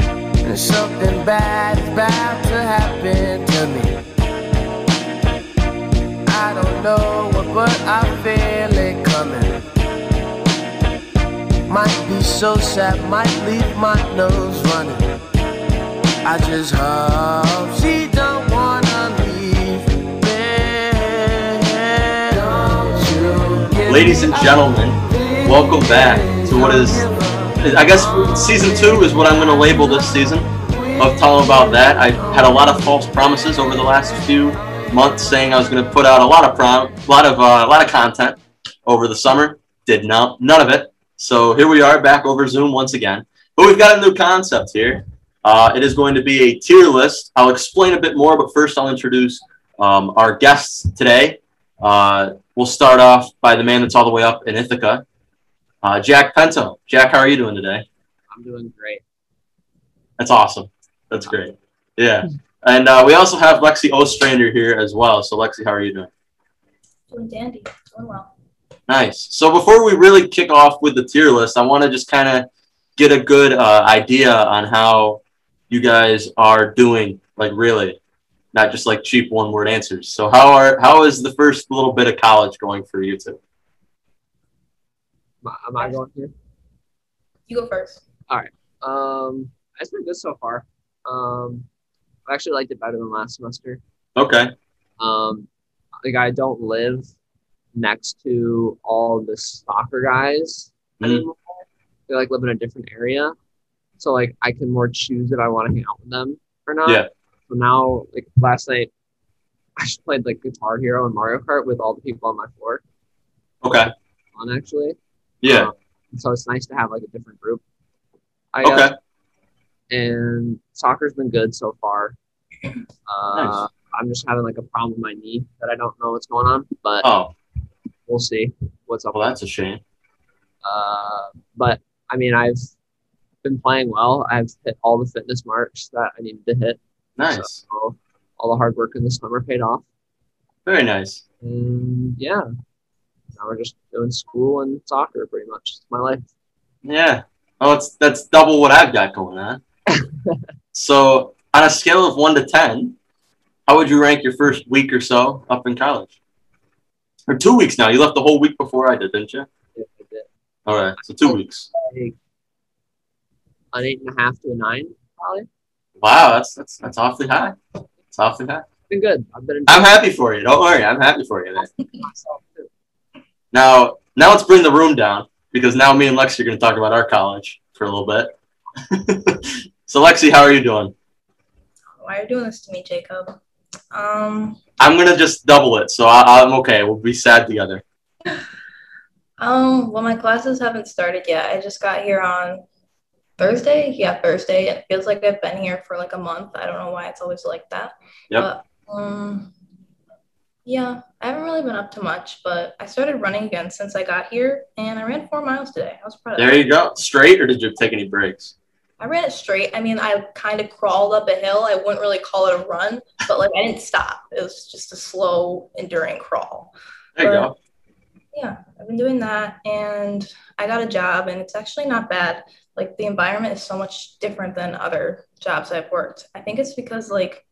And something bad is bound to happen to me. I don't know what, but I feel it coming. Might be so sad, might leave my nose running. I just hope she don't wanna leave me. Don't you give Ladies and me gentlemen, welcome back to what is, I guess, season two is what I'm going to label this season of Tell 'Em About That. I've had a lot of false promises over the last few months saying I was going to put out a lot of prom, a lot of uh, a lot of content over the summer. Did not none of it. So here we are back over Zoom once again. But we've got a new concept here. Uh, it is going to be a tier list. I'll explain a bit more, but first I'll introduce um, our guests today. Uh, we'll start off by the man that's all the way up in Ithaca, uh, Jack Pento. Jack, how are you doing today? I'm doing great. That's awesome. That's great. Yeah. And uh, we also have Lexi Ostrander here as well. So, Lexi, how are you doing? Doing dandy. Doing well. Nice. So, before we really kick off with the tier list, I want to just kind of get a good uh, idea on how you guys are doing, like really, not just like cheap one word answers. So, how are how is the first little bit of college going for you two? Am I- Am I going here? You go first. Um, it's been good so far. Um, I actually liked it better than last semester. Okay. Um, like I don't live next to all the soccer guys Mm. anymore. They like live in a different area, so like I can more choose if I want to hang out with them or not. Yeah. So now, like last night, I just played like Guitar Hero and Mario Kart with all the people on my floor. Okay. On actually. Yeah. Um, so it's nice to have like a different group. Oh, I uh, guess. Okay. and soccer's been good so far. Uh, Nice. I'm just having like a problem with my knee that I don't know what's going on, but Oh, we'll see what's up. well, that's a shame. Uh, but I mean, I've been playing well. I've hit all the fitness marks that I needed to hit. Nice. So all the hard work in the summer paid off. Very nice. And yeah, now we're just doing school and soccer pretty much. It's my life. Yeah. Oh, it's that's double what I've got going on. so, on a scale of one to ten, how would you rank your first week or so up in college? Or two weeks now. You left the whole week before I did, didn't you? It- it- All right. So two weeks. An eight and a half to a nine, probably. Wow, that's that's that's awfully high. It's awfully high. Been good. I've been I'm happy for you. Don't worry. I'm happy for you. Man. enjoying myself too. Now, now let's bring the room down because now me and Lexi are going to talk about our college for a little bit. so, Lexi, how are you doing? Why are you doing this to me, Jacob? Um, I'm gonna just double it, so I, I'm okay. We'll be sad together. um, well, my classes haven't started yet. I just got here on Thursday. Yeah, Thursday. It feels like I've been here for like a month. I don't know why it's always like that. Yep. But, um, yeah, I haven't really been up to much, but I started running again since I got here, and I ran four miles today. I was proud of that. There you go. Straight, or did you take any breaks? I ran it straight. I mean, I kind of crawled up a hill. I wouldn't really call it a run, but like I didn't stop. It was just a slow, enduring crawl. There you go. Yeah, I've been doing that and I got a job and it's actually not bad. Like the environment is so much different than other jobs I've worked. I think it's because like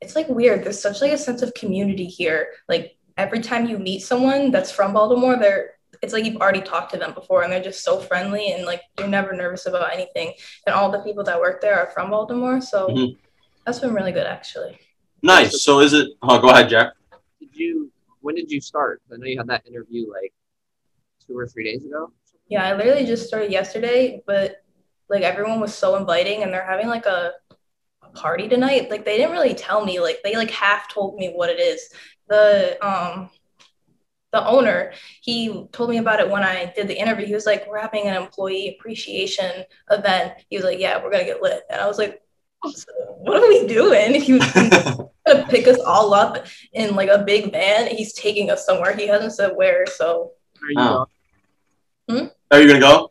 it's like weird. There's such like a sense of community here. Like every time you meet someone that's from Baltimore, they're it's like you've already talked to them before and they're just so friendly and like you're never nervous about anything. And all the people that work there are from Baltimore, so Mhm. that's been really good actually. Nice. So is it? Oh, go ahead, Jack. did you when did you start? I know you had that interview like two or three days ago. Yeah, I literally just started yesterday, but like everyone was so inviting and they're having like a, a party tonight. Like they didn't really tell me, like they like half told me what it is. The um the owner, he told me about it when I did the interview. He was like, We're having an employee appreciation event. He was like, Yeah, we're gonna get lit. And I was like, "So what are we doing? He was he's gonna pick us all up in like a big van. He's taking us somewhere. He hasn't said where, so Are you Oh. Hmm? Are you gonna go?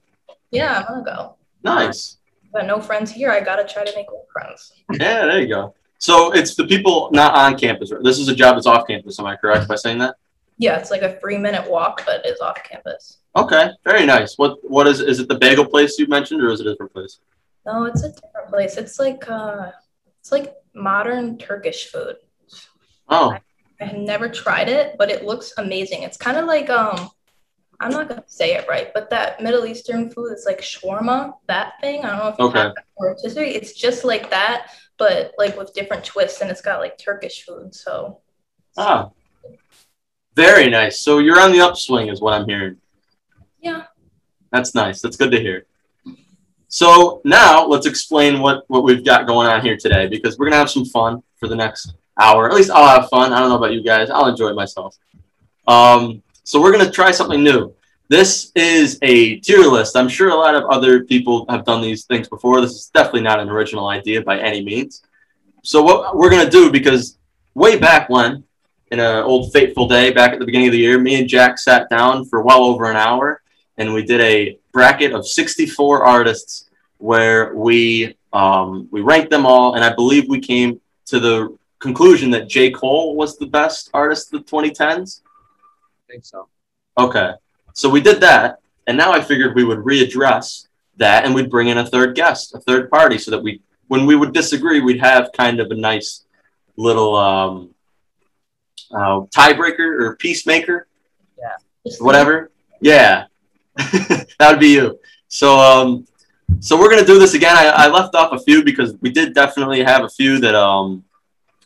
yeah, I'm gonna go. Nice. got no friends here. I gotta try to make more friends. Yeah, there you go. So it's the people not on campus. right? This is a job that's off campus. Am I correct by saying that? Yeah, it's like a three minute walk, but it's off campus. Okay. Very nice. What What is? Is it the bagel place you mentioned, or is it a different place? No, it's a different place. It's like uh, it's like modern Turkish food. Oh, I have never tried it, but it looks amazing. It's kind of like um, I'm not gonna say it right, but that Middle Eastern food is like shawarma, that thing. I don't know if Okay. it's rotisserie. It's just like that, but like with different twists, and it's got like Turkish food. So ah, very nice. So you're on the upswing, is what I'm hearing. yeah, That's nice. That's good to hear. So now let's explain what, what we've got going on here today because we're gonna have some fun for the next hour. At least I'll have fun. I don't know about you guys. I'll enjoy myself. Um, so we're gonna try something new. This is a tier list. I'm sure a lot of other people have done these things before. This is definitely not an original idea by any means. So what we're gonna do because way back when, in an old fateful day back at the beginning of the year, me and Jack sat down for well over an hour and we did a bracket of 64 artists where we um, we ranked them all, and I believe we came to the conclusion that J. Cole was the best artist of the 2010s. I think so. Okay, so we did that, and now I figured we would readdress that, and we'd bring in a third guest, a third party, so that we, when we would disagree, we'd have kind of a nice little um, uh, tiebreaker or peacemaker just whatever. Yeah, that would be you. So, um, so we're gonna do this again. I, I left off a few because we did definitely have a few that um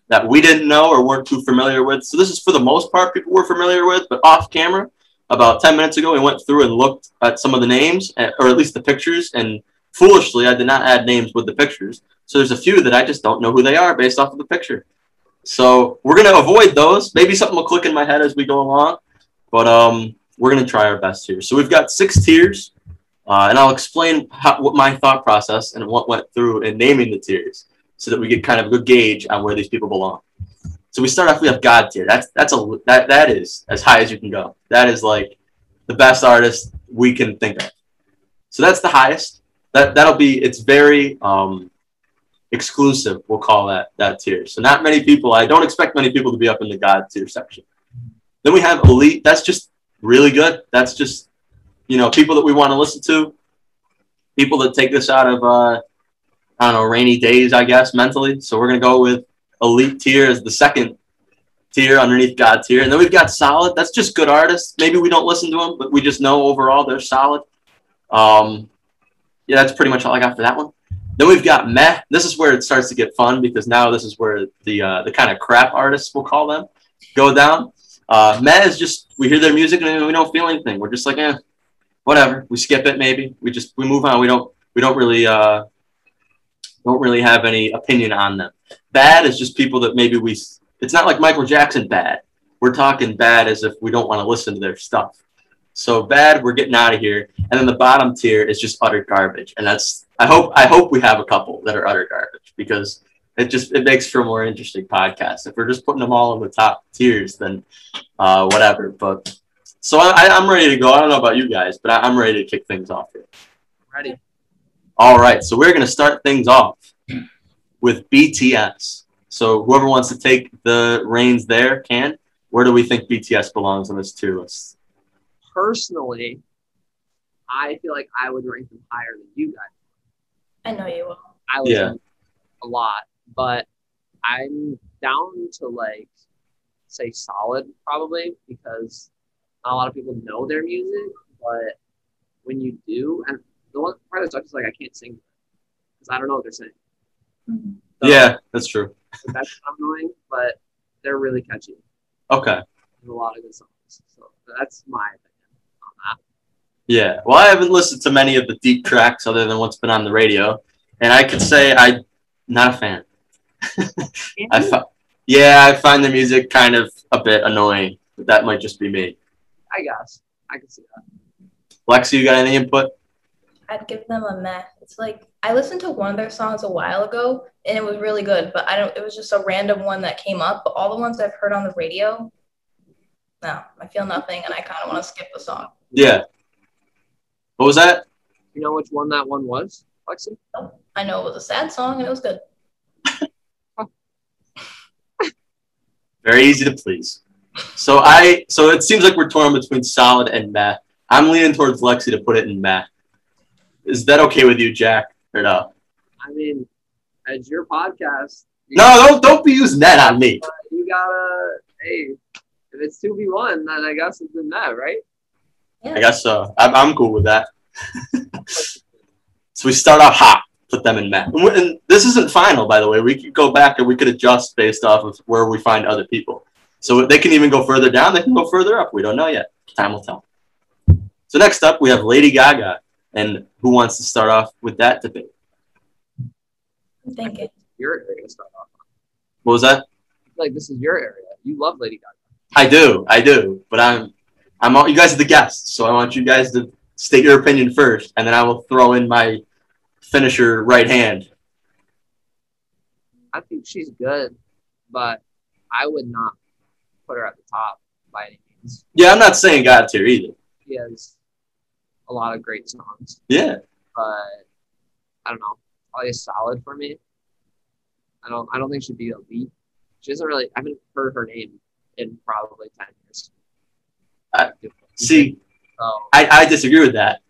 that we didn't know or weren't too familiar with. So this is for the most part people were familiar with, but off camera, about ten minutes ago, we went through and looked at some of the names eh, or at least the pictures. And foolishly, I did not add names with the pictures. So there's a few that I just don't know who they are based off of the picture. So we're gonna avoid those. Maybe something will click in my head as we go along, but um, we're going to try our best here. So we've got six tiers, uh, and I'll explain how, what my thought process and what went through in naming the tiers, so that we get kind of a good gauge on where these people belong. So we start off. We have God tier. That's that's a that that is as high as you can go. That is like the best artist we can think of. So that's the highest. That that'll be. It's very um, exclusive. We'll call that that tier. So not many people. I don't expect many people to be up in the God tier section. Then we have elite. That's just really good. That's just you know people that we want to listen to, people that take this out of uh, I don't know rainy days, I guess mentally. So we're gonna go with elite tier as the second tier underneath God tier, and then we've got solid. That's just good artists. Maybe we don't listen to them, but we just know overall they're solid. Um, yeah, that's pretty much all I got for that one. Then we've got meh. This is where it starts to get fun because now this is where the uh, the kind of crap artists we'll call them go down. Uh, Meh is just we hear their music and we don't feel anything. We're just like, eh, whatever. We skip it maybe. We just we move on. We don't we don't really uh, don't really have any opinion on them. Bad is just people that maybe we. s- It's not like Michael Jackson bad. We're talking bad as if we don't want to listen to their stuff. So bad, we're getting out of here. And then the bottom tier is just utter garbage. And that's I hope I hope we have a couple that are utter garbage because it just it makes for a more interesting podcast. If we're just putting them all in the top tiers, then uh, whatever. But so I, I- I'm ready to go. I don't know about you guys, but I, I'm ready to kick things off here. Ready? All right, so we're gonna start things off with BTS. So whoever wants to take the reins there can. Where do we think BTS belongs on this tier list? Personally, I feel like I would rank them higher than you guys. I know you will. I listen Yeah. a lot, but I'm down to like say solid probably because not a lot of people know their music, but when you do, and the one part that sucks is like I can't sing because I don't know what they're saying. Mm-hmm. So, Yeah, that's true. so that's annoying, but they're really catchy. Okay. There's a lot of good songs, so that's my opinion on that. Yeah. Well, I haven't listened to many of the deep tracks other than what's been on the radio, and I could say I not a fan. I fi- yeah, I find the music kind of a bit annoying, but that might just be me. I guess I can see that. Lexi, you got any input? I'd give them a meh. It's like I listened to one of their songs a while ago and it was really good, but I don't. It was just a random one that came up. But all the ones I've heard on the radio, no, I feel nothing, and I kind of want to skip the song. Yeah. What was that? You know which one that one was, Lexi? I know it was a sad song and it was good. Very easy to please. So I so it seems like we're torn between solid and meh. I'm leaning towards Lexi to put it in meh. Is that okay with you, Jack? Or no? I mean, It's your podcast. You No, don't don't be using that on me. gotta- you gotta. Hey, if it's two v one, then I guess it's in that, right? I guess so. I'm, I'm cool with that. so we start out hot, put them in Matt. And, we- and this isn't final, by the way. We could go back and we could adjust based off of where we find other people. So they can even go further down. They can go further up. We don't know yet. Time will tell. So next up, we have Lady Gaga. And who wants to start off with that debate? I'm thinking. Your area to start off. What was that? Like this is your area. You love Lady Gaga. I do, I do. But I'm, I'm. All, you guys are the guests, so I want you guys to state your opinion first, and then I will throw in my finisher right hand. I think she's good, but I would not put her at the top by any means. Yeah, I'm not saying God tier either. She has a lot of great songs, Yeah, but I don't know. Probably a solid for me. I don't. I don't think she'd be elite. She doesn't really. I haven't heard her name in probably ten years. I- see, So I, I disagree with that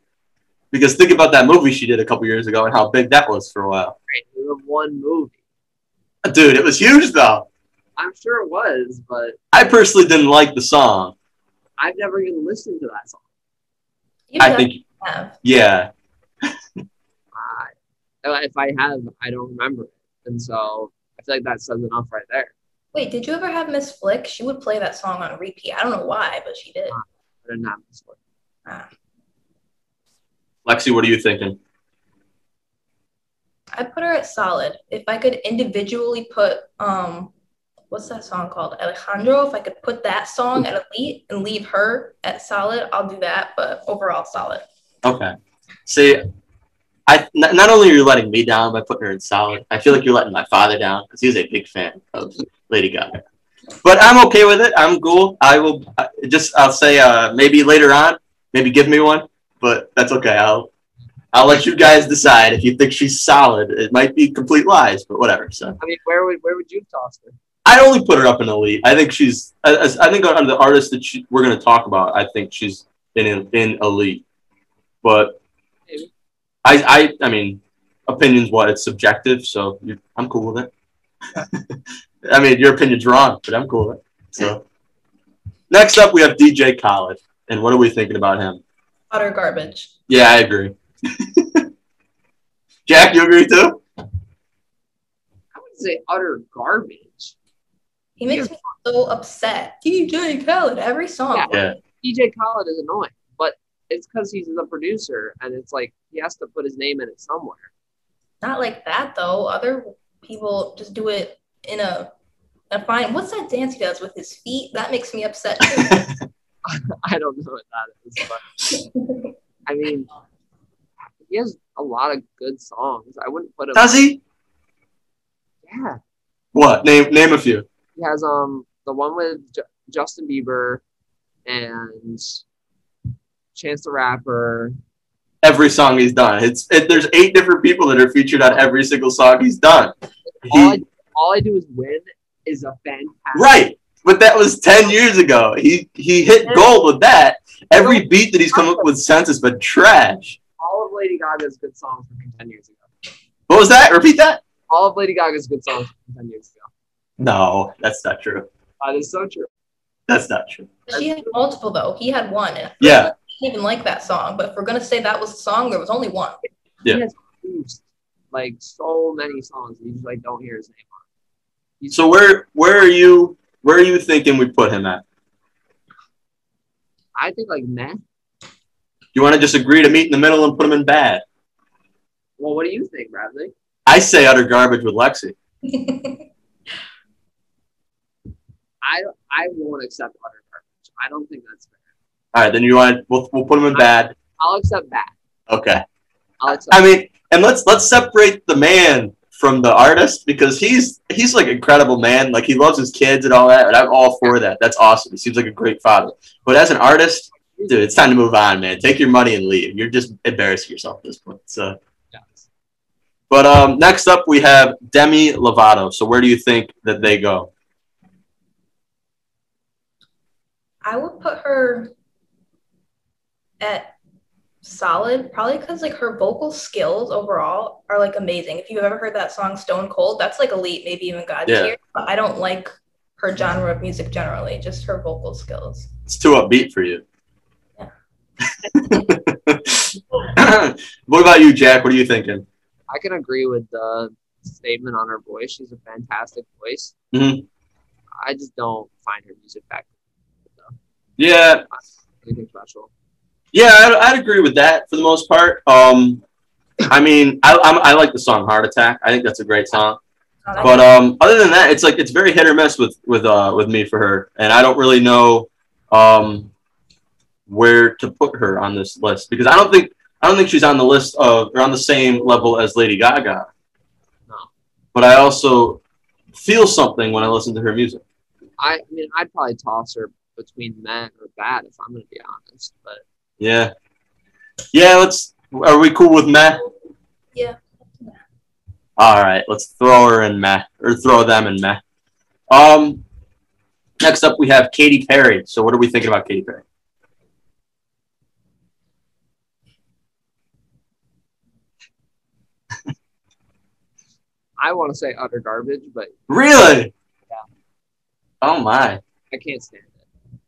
because think about that movie she did a couple years ago and how big that was for a while. Uh, great. We have one movie. Dude, it was huge though. I'm sure it was, but I personally didn't like the song. I've never even listened to that song. You I don't think, have. yeah, I, if I have, I don't remember it, and so I feel like that says enough right there. Wait, did you ever have Miss Flick? She would play that song on repeat. I don't know why, but she did. Uh, Ah. I didn't have this one. Lexi, what are you thinking? I put her at solid. If I could individually put um what's that song called? Alejandro, if I could put that song at elite and leave her at solid, I'll do that, but overall solid. Okay, see, I n- not only are you letting me down by putting her in solid, I feel like you're letting my father down because he's a big fan of Lady Gaga. But I'm okay with it. I'm cool. I will I, just I'll say uh, maybe later on, maybe give me one. But that's okay. I'll I'll let you guys decide if you think she's solid. It might be complete lies, but whatever. So I mean, where would where would you toss her? I only put her up in elite. I think she's. I, I- I think on the artists that she, we're going to talk about, I think she's in in elite. But Maybe. I I I mean, opinions what it's subjective, so you, I'm cool with it. I mean, your opinion's wrong, but I'm cool with it. So next up, we have DJ Khaled, and what are we thinking about him? Utter garbage. Yeah, I agree. Jack, you agree too? I would say utter garbage. He makes me so upset. DJ Khaled, every song. Yeah. Yeah. DJ Khaled is annoying, but it's because he's the producer, and it's like he has to put his name in it somewhere. Not like that though. Other people just do it in a a fine. What's that dance he does with his feet? That makes me upset. too. I don't know what that is, but I mean, he has a lot of good songs. I wouldn't put him. Does he? Yeah, What name name a few? he has um the one with Ju- Justin Bieber and Chance the Rapper. every song he's done. It's it, there's eight different people that are featured on every single song he's done. All I, He, all I do is win is a fantastic. right, but that was ten years ago. He he hit gold with that. Every beat that he's come up with since has been trash. all of Lady Gaga's good songs from 10 years ago. What was that? Repeat that. All of Lady Gaga's good songs from 10 years ago. No, that's not true. That is so true. That's not true. she had multiple though. He had one. And I Yeah, didn't even like that song, but if we're gonna say that was the song, there was only one. Yeah. He has produced like so many songs that you just like don't hear his name on. He's so where where are you where are you thinking we put him at? I think like meh. You want to just agree to meet in the middle and put him in bad? Well, what do you think, Bradley? I say utter garbage with Lexi. I I won't accept utter garbage. I don't think that's fair. All right, then you want we'll, we'll put him in bad. I'll accept that. Okay. I'll accept I mean, and let's let's separate the man from the artist because he's he's like incredible man. Like he loves his kids and all that, and I'm all for that. That's awesome. He seems like a great father. But as an artist, dude, it's time to move on, man. Take your money and leave. You're just embarrassing yourself at this point. So, that. but um, next up we have Demi Lovato. So where do you think that they go? I would put her at solid probably because like her vocal skills overall are like amazing if you've ever heard that song stone cold that's like elite maybe even god Yeah. tier but i don't like her genre of music generally just her vocal skills It's too upbeat for you. what about you, Jack? What are you thinking? I can agree with the statement on her voice. She's a fantastic voice. Mhm. I just don't find her music that Yeah, anything special. yeah, I'd, I'd agree with that for the most part. Um, I mean, I, I'm, I like the song "Heart Attack." I think that's a great song. Um, But um, other than that, it's like it's very hit or miss with with uh, with me for her, and I don't really know um, where to put her on this list because I don't think I don't think she's on the list of or on the same level as Lady Gaga. No. But I also feel something when I listen to her music. I, I mean, I'd probably toss her between that or that if I'm going to be honest. But Yeah, yeah. Let's. Are we cool with Meh? Yeah. All right. Let's throw her in Meh or throw them in Meh. Um. Next up, we have Katy Perry. So, what are we thinking about Katy Perry? I want to say utter garbage, but Really? Yeah. Oh my! I can't stand it.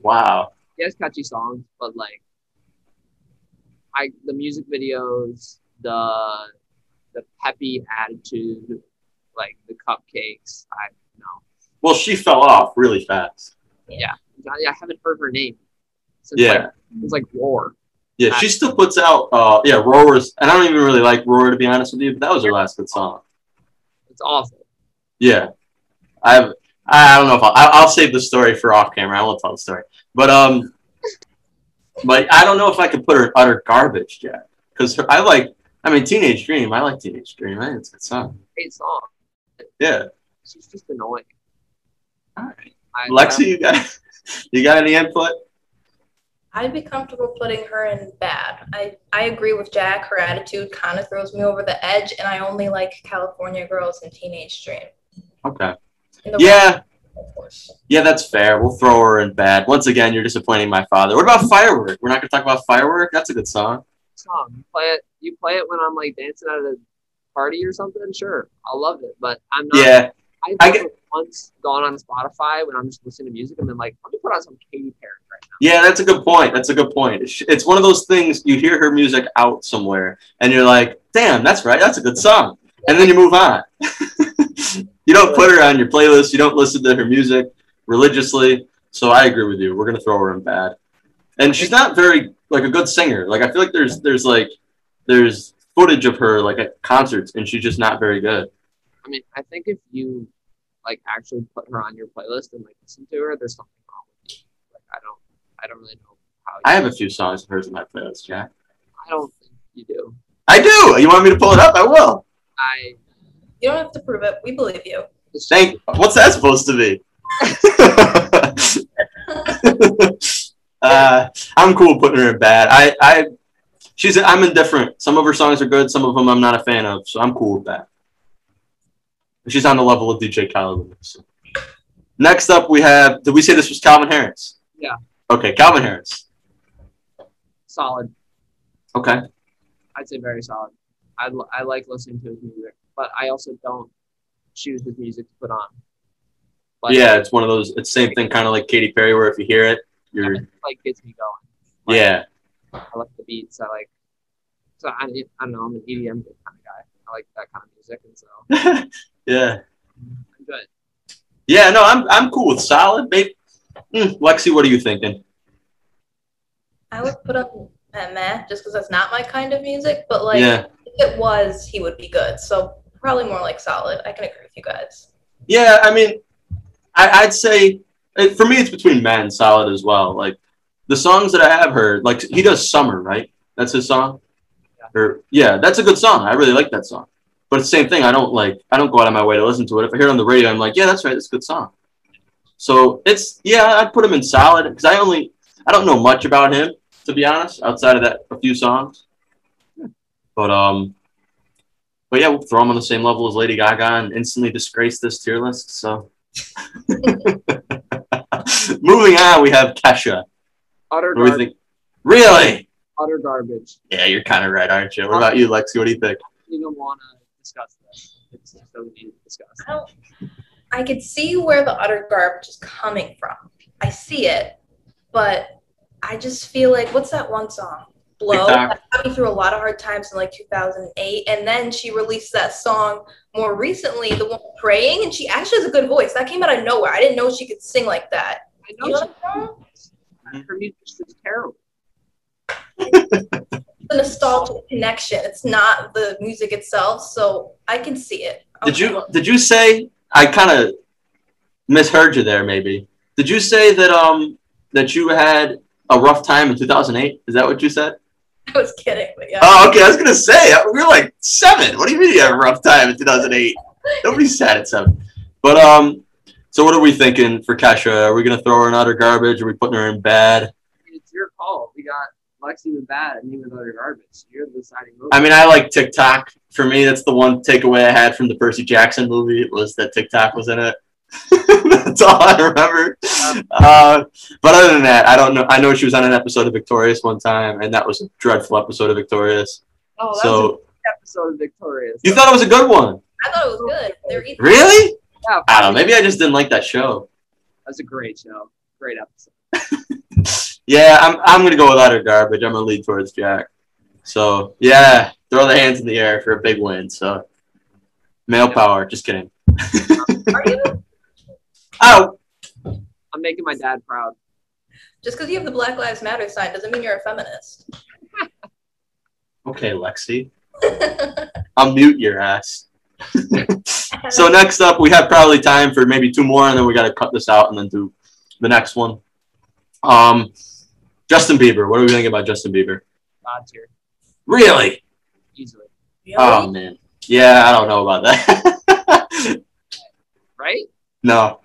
Wow. She has catchy songs, but like, I the music videos, the the peppy attitude, like the cupcakes. I no, Well, she fell off really fast. I, I haven't heard her name since Yeah, like it's like Roar. yeah. She still puts out. Uh, yeah, Roar's. And I don't even really like Roar to be honest with you, but that was her last good song. It's awful. Yeah. I've. I I don't know if I'll, I- I'll save the story for off camera. I won't tell the story, but um, but I don't know if I could put her in utter garbage yet because I like. I mean, Teenage Dream. I like Teenage Dream. I think it's a good song. Great song. Yeah. She's just annoying. All right. I, Lexi, you got you got any input? I'd be comfortable putting her in bad. I, I agree with Jack. Her attitude kind of throws me over the edge, and I only like California girls and Teenage Dream. Okay. And the Yeah. of course. Yeah, that's fair. We'll throw her in bad. Once again, you're disappointing my father. What about Firework? We're not going to talk about Firework? That's a good song. song. You play it. You play it when I'm like dancing at a party or something. Sure, I love it, but I'm not. Yeah. I've I never once gone on Spotify when I'm just listening to music and then like, let me put on some Katy Perry. Right? Yeah, that's a good point. That's a good point. It's- It's one of those things you hear her music out somewhere and you're like, damn, that's right. That's a good song. And then you move on. you don't put her on your playlist. You don't listen to her music religiously. So I agree with you. We're going to throw her in bad. And she's not very, like, a good singer. Like, I feel like there's, there's like, there's footage of her, like, at concerts and she's just not very good. I mean, I think if you like actually put her on your playlist and like listen to her, there's something wrong with you. Like, I don't, I don't really know how. You, I have a few songs of hers in my playlist, Jack. I don't think you do. I do. You want me to pull it up? I will. I You don't have to prove it. We believe you. it's just- Thank. What's that supposed to be? uh, I'm cool putting her in bad. I, I, she's. I'm indifferent. Some of her songs are good. Some of them I'm not a fan of. So I'm cool with that. She's on the level of DJ Khaled. with me, so. Next up, we have. Did we say this was Calvin Harris? Yeah. Okay, Calvin Harris. solid. Okay. I'd say very solid. I, l- I like listening to his music, but I also don't choose his music to put on. But yeah, it's one of those. It's same thing, kind of like Katy Perry, where if you hear it, you're. it, like gets me going. Like, Yeah. I like the beats. I like. So I, I don't know. I'm an EDM kind of guy. I like that kind of music, and so yeah. I'm good. Yeah, no, I'm I'm cool with solid. Babe. Mm, Lexi, what are you thinking? I would put up a meh just because that's not my kind of music, but like yeah. if it was, he would be good. So probably more like solid. I can agree with you guys. Yeah, I mean, I, I'd say it, for me it's between Matt and Solid as well. Like the songs that I have heard, like he does Summer, right? That's his song. Yeah. Or yeah, that's a good song. I really like that song. But it's the same thing. I don't like I don't go out of my way to listen to it. If I hear it on the radio, I'm like, yeah, that's right, that's a good song. So it's yeah, I'd put him in solid because I only I don't know much about him, to be honest, outside of that a few songs. But um but yeah, we'll throw him on the same level as Lady Gaga and instantly disgrace this tier list. So, moving on, we have Kesha. Utter What do we garbage. think? Really? utter garbage. Yeah, you're kind of right, aren't you? What about you, Lexi? What do you think? I don't even want to discuss this. It just doesn't need to discuss. I don't. I could see where the utter garbage is coming from. I see it, but I just feel like what's that one song? Blow. TikTok. That got me through a lot of hard times in like 2008, and then she released that song more recently, the one praying, and she actually has a good voice. That came out of nowhere. I didn't know she could sing like that. I You know know that song? she, her music is terrible. the nostalgic connection. It's not the music itself, so I can see it. Did Okay. you did you say I kind of misheard you there? Maybe did you say that um that you had a rough time in 2008? Is that what you said? I was kidding, but yeah. Oh, okay. I was gonna say we were like seven. What do you mean you had a rough time in 2008? Nobody's sad at seven. But um, so what are we thinking for Kesha? Are we gonna throw her in utter garbage? Are we putting her in bad? I mean, it's your call. We got Lexi with bad and me with utter garbage. You're the deciding vote. I mean, I like TikTok. For me, that's the one takeaway I had from the Percy Jackson movie was that TikTok was in it. that's all I remember. Uh, but other than that, I don't know. I know she was on an episode of Victorious one time, and that was a dreadful episode of Victorious. oh, that's so an episode of Victorious. you thought it was a good one, I thought it was good. They're either really? Yeah, I don't know. Maybe I just didn't like that show. that's a great show. Great episode. Yeah, I'm, I'm gonna go without her garbage. I'm gonna lead towards Jack. So yeah, throw the hands in the air for a big win. So male power. Just kidding. Are you? Oh, I'm making my dad proud. Just because you have the Black Lives Matter sign doesn't mean you're a feminist. okay, Lexi. I'll mute your ass. So next up, we have probably time for maybe two more, and then we got to cut this out and then do the next one. Um, Justin Bieber. What are we thinking about Justin Bieber? God's here Really? easily, Really? Oh man. Yeah, I don't know about that. right? no.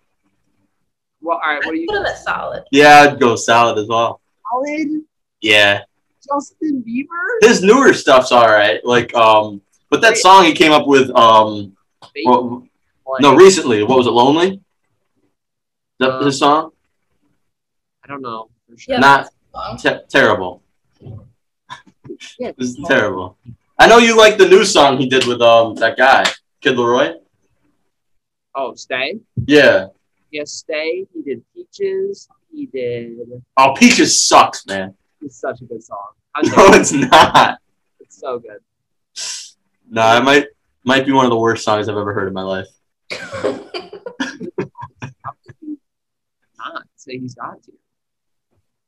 Well, all right. What I do you? put him as solid. Yeah, I'd go solid as well. Solid Yeah, Justin Bieber. his newer stuff's all right. Like, um, but that song he came up with, um, what, Like, no, recently. What was it? Lonely. Is that his song? I don't know. For sure. Yeah, Not that's Te- terrible. Yeah, It was terrible. I know you like the new song he did with um that guy, Kid Leroy. Oh, stay. Yeah. Yes, stay. He did peaches. He did. Oh, Peaches sucks, man. It's such a good song. I No, know it's not. it's so good. No, I might might be one of the worst songs I've ever heard in my life. long. Not say he's got to.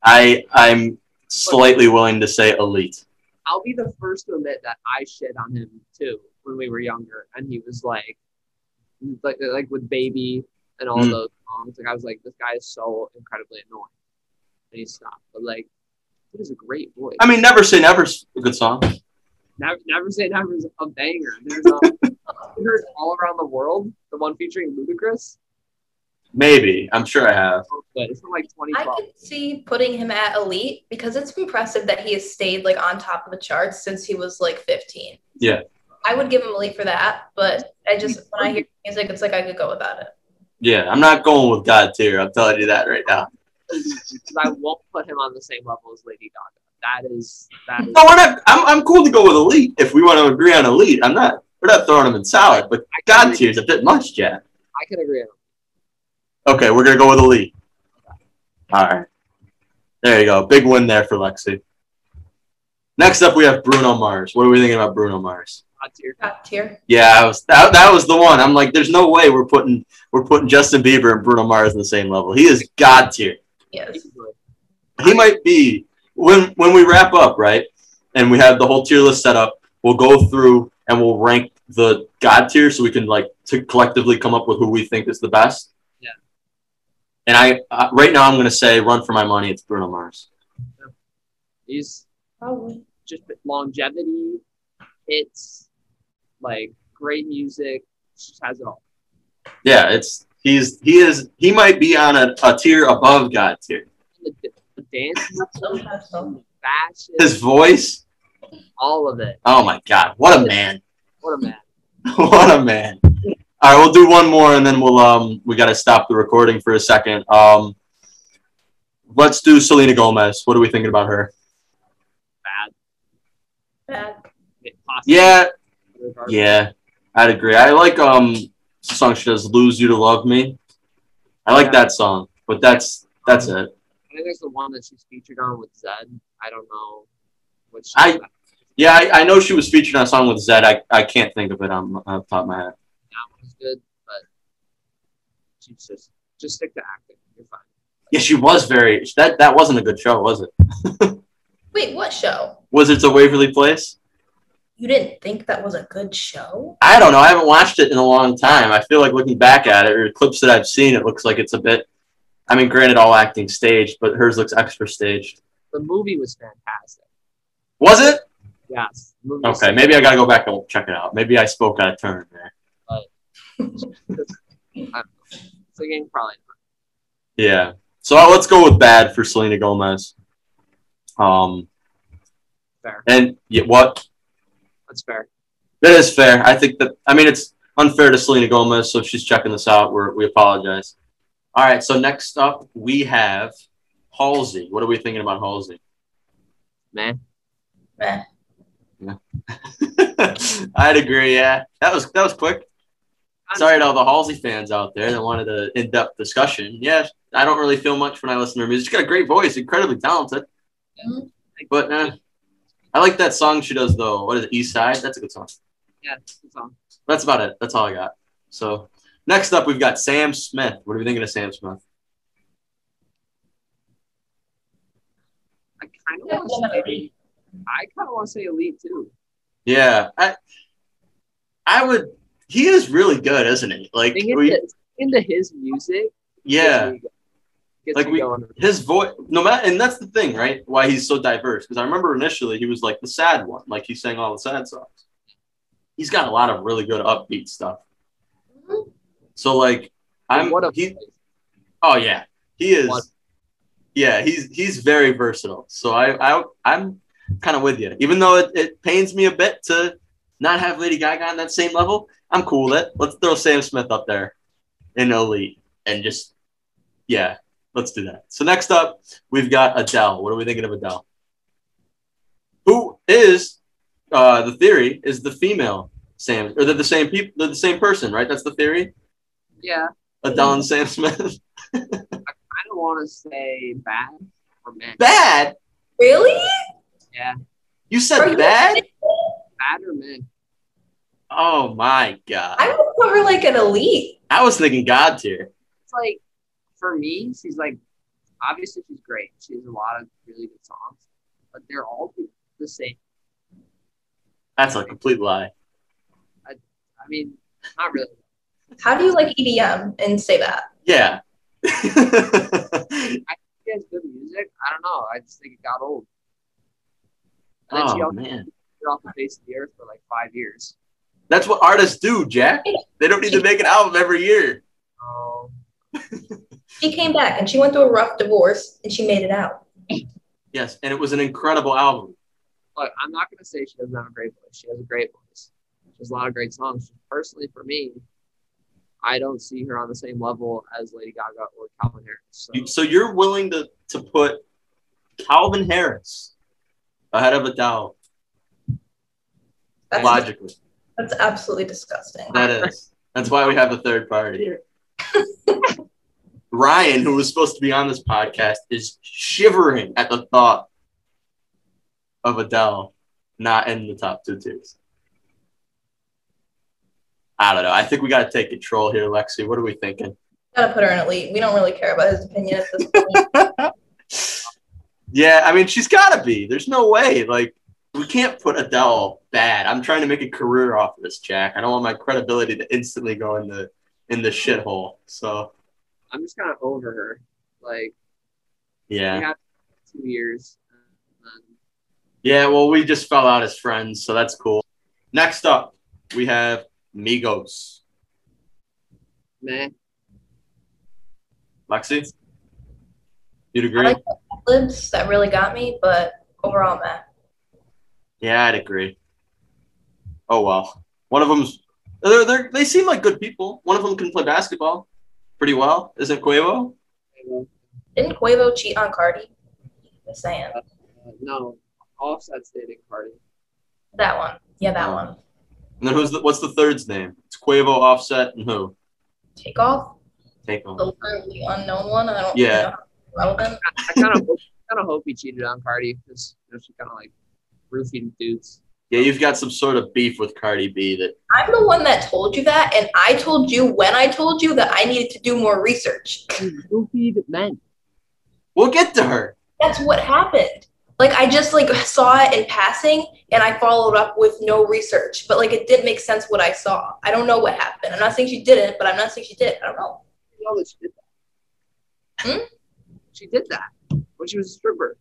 I I'm slightly willing to say elite. I'll be the first to admit that I shit on him too when we were younger, and he was like, like, like with baby and all Mm. those songs. Like I was like, this guy is so incredibly annoying, and he stopped. But like, it is a great voice. I mean, Never Say Never's a good song. never, never say never is a banger. There's um, you heard all around the world. The one featuring Ludacris, Maybe I'm sure I have. but it's from like I 2012. could see putting him at elite because it's impressive that he has stayed like on top of the charts since he was like 15. Yeah. I would give him elite for that, but I just when I hear music, it's like I could go without it. Yeah, I'm not going with God tier. I'm telling you that right now. 'cause I won't put him on the same level as Lady Gaga. That is that is. No, we're not. I'm, I'm cool to go with elite if we want to agree on elite. I'm not. We're not throwing him in solid, but I can God agree, tier's a bit much, Jack. I can agree. on Okay, we're gonna go with elite. All right, there you go. Big win there for Lexi. Next up, we have Bruno Mars. What are we thinking about Bruno Mars? God tier. Top tier. Yeah, I was that, that was the one. I'm like, there's no way we're putting we're putting Justin Bieber and Bruno Mars on the same level. He is god tier. Yes. easily. He might be when when we wrap up, right? And we have the whole tier list set up. We'll go through and we'll rank the god tier so we can like to collectively come up with who we think is the best. Yeah. And I uh, right now I'm going to say run for my money it's Bruno Mars. He's Probably. just longevity. It's like great music. Just has it all. Yeah, it's he's he is he might be on a, a tier above god tier. The, the dance, Sometimes so. the fashion, His voice, all of it. oh my god, what a man. What a man. what a man. All right, we'll do one more and then we'll um we gotta stop the recording for a second. Um let's do Selena Gomez. What are we thinking about her? Bad. awesome. Yeah, Regardless. yeah, I'd agree. I like um the song she does, "Lose You to Love Me." I like Yeah. that song, but that's that's it. I think that's the one that she's featured on with Zed. I don't know which. I- Yeah, I, I know she was featured on a song with Zed. I, I can't think of it on, on the top of my head. that was good, but she's just just stick to acting. You're fine. Yeah, she was very that that wasn't a good show, was it? Wait, what show? Was it a Waverly Place? You didn't think that was a good show? I don't know. I haven't watched it in a long time. I feel like looking back at it or clips that I've seen, it looks like it's a bit. I mean, granted, all acting staged, but hers looks extra staged. The movie was fantastic. Was it? Yes. the movie was Okay, maybe I gotta go back and check it out. Maybe I spoke out of turn there. Singing probably. Yeah. So uh, let's go with bad for Selena Gomez. Um, Fair. and yeah, what? That's fair. That is fair. I think that. I mean, it's unfair to Selena Gomez, so if she's checking this out, we're, we apologize. All right. So next up, we have Halsey. What are we thinking about Halsey? Man, Meh. I'd agree. Yeah, that was that was quick. I'm Sorry to all the Halsey fans out there that wanted an in-depth discussion. Yeah, I don't really feel much when I listen to her music. She's got a great voice, incredibly talented. Mhm. But eh, I like that song she does though. What is it? East Side. That's a good song. Yeah, it's a good song. That's about it. That's all I got. So next up, we've got Sam Smith. What are we thinking of Sam Smith? I kind of want to say. I kind of want to say elite too. Yeah, I I would. He is really good, isn't he? Like Thing is we- that- into his music. yeah. gets me- gets Like me we- going. his voice no matter and that's the thing right why he's so diverse because i remember initially he was like the sad one like he sang all the sad songs he's got a lot of really good upbeat stuff Mhm. so like i'm what a he, oh yeah he is What- yeah he's he's very versatile so i, I i'm kind of with you even though it, it pains me a bit to not have lady gaga on that same level i'm cool with it let's throw sam smith up there in elite and just yeah let's do that so next up we've got Adele. What are we thinking of Adele? Who is uh, the theory is the female Sam or they're the same people they're the same person, right? That's the theory. Yeah, Adele and Sam Smith. I don't want to say bad or man. bad? Really? You Are said you- bad? Bad or man. Oh my god. I would put her like an elite. I was thinking God tier. It's like for me, she's like obviously she's great. She has a lot of really good songs, but they're all the same. That's a complete lie. I mean, not really. How do you like EDM and say that? Yeah. Oh, She has good music. I don't know. I just think it got old. And then she oh also man. been off the face of the earth for like five years. That's what artists do, Jack. They don't need to make an album every year. So She came back and she went through a rough divorce and she made it out. Yes, and it was an incredible album. look, I'm not gonna say she doesn't have a great voice. She has a great voice. She has a lot of great songs. Personally, for me, I don't see her on the same level as Lady Gaga or Calvin Harris. So You- So you're willing to, to put Calvin Harris ahead of Adele That's, logically. that's absolutely disgusting. That is. That's why we have a third party here. Ryan, who was supposed to be on this podcast, is shivering at the thought of Adele not in the top two tiers. I don't know. I think we got to take control here, Lexi. What are we thinking? Gotta put her in elite. We don't really care about his opinion at this point. Yeah, I mean, she's got to be. There's no way. Like, we can't put Adele bad. I'm trying to make a career off of this, Jack. I don't want my credibility to instantly go in the in the shithole. So I'm just kind of over her. Like we yeah, had two years. Um, And then yeah. Well, we just fell out as friends, so that's cool. Next up, we have Migos. man, Lexi, you'd I agree? like the libs that really got me, but overall, man. yeah, I'd agree. Oh well, one of them's they're, they're, they seem like good people. One of them can play basketball pretty well. Isn't Quavo? Uh, Didn't Quavo cheat on Cardi? Just saying. no, Offset stayed in Cardi. That one. Yeah, that one. And then who's the, what's the third's name? It's Quavo, Offset, and who? Take off Take home. the literally unknown one. I don't Yeah. know how relevant. I kind of kind of hope he cheated on Cardi because you know, she kind of like roofied dudes. Yeah, you've got some sort of beef with Cardi B that I'm the one that told you that, and I told you when I told you that I needed to do more research. Roofied men. we'll get to her. That's what happened. Like I just like saw it in passing, and I followed up with no research. But like it did make sense what I saw. I don't know what happened. I'm not saying she didn't, but I'm not saying she did. I don't know. You know that she did that. She did that when she was a stripper.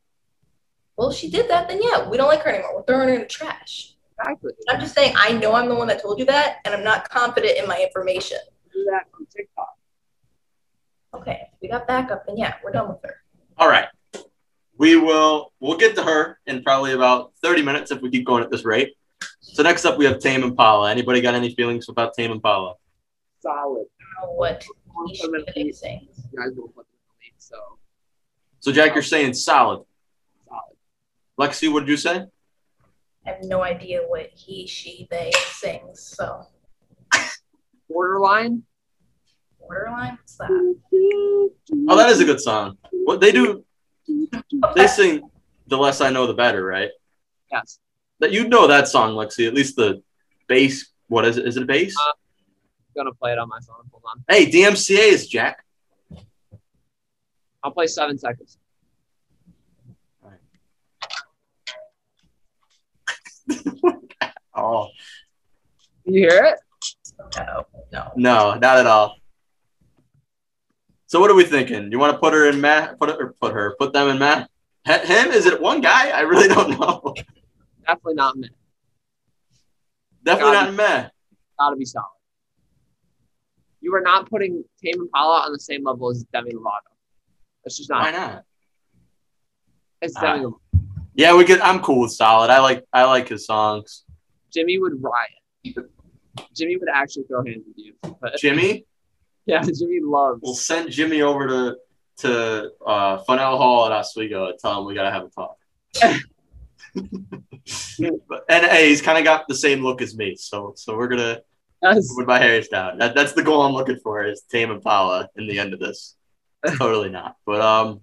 Well, if she did that, then yeah, we don't like her anymore. We're throwing her in the trash. Exactly. I'm just saying, I know I'm the one that told you that, and I'm not confident in my information. Do that on TikTok. Okay, if we got backup, then yeah, we're done with her. All right. We will we'll get to her in probably about 30 minutes if we keep going at this rate. So next up we have Tame Impala. Anybody got any feelings about Tame Impala? Solid. I don't know what Long he time in should the be league. saying. You guys will put them in the league, so So Jack, you're saying solid. solid. Lexi, what did you say? I have no idea what he, she, they sings. So Borderline. borderline, what's that? Mm-hmm. Oh, that is a good song. What they do they sing the less I know the better, right? Yes. That you know that song, Lexi, at least the bass what is it? Is it a bass? Uh, Gonna play it on my phone. Hold on. hey, DMCA is Jack. I'll play seven seconds. Oh Can you hear it? No, no. no, not at all. So what are we thinking? You want to put her in math? Put her, or put her, put them in math. Him? Is it one guy? I really don't know. Definitely not me. Definitely Got not in math. Gotta be solid. You are not putting Tame Impala on the same level as Demi Lovato. That's just Why not. not? It's Ah. Demi. Lovato. Yeah, we could. I'm cool with solid. I like I like his songs. Jimmy would riot. Jimmy would actually throw hands with you. But Jimmy, yeah, Jimmy loves. we'll send Jimmy over to to uh, Funnell Hall at Oswego and tell him we gotta have a talk. but, and hey, he's kind of got the same look as me, so so we're gonna Yes. with my hair's down. That, that's the goal I'm looking for is Tame Impala in the end of this. totally not. But um,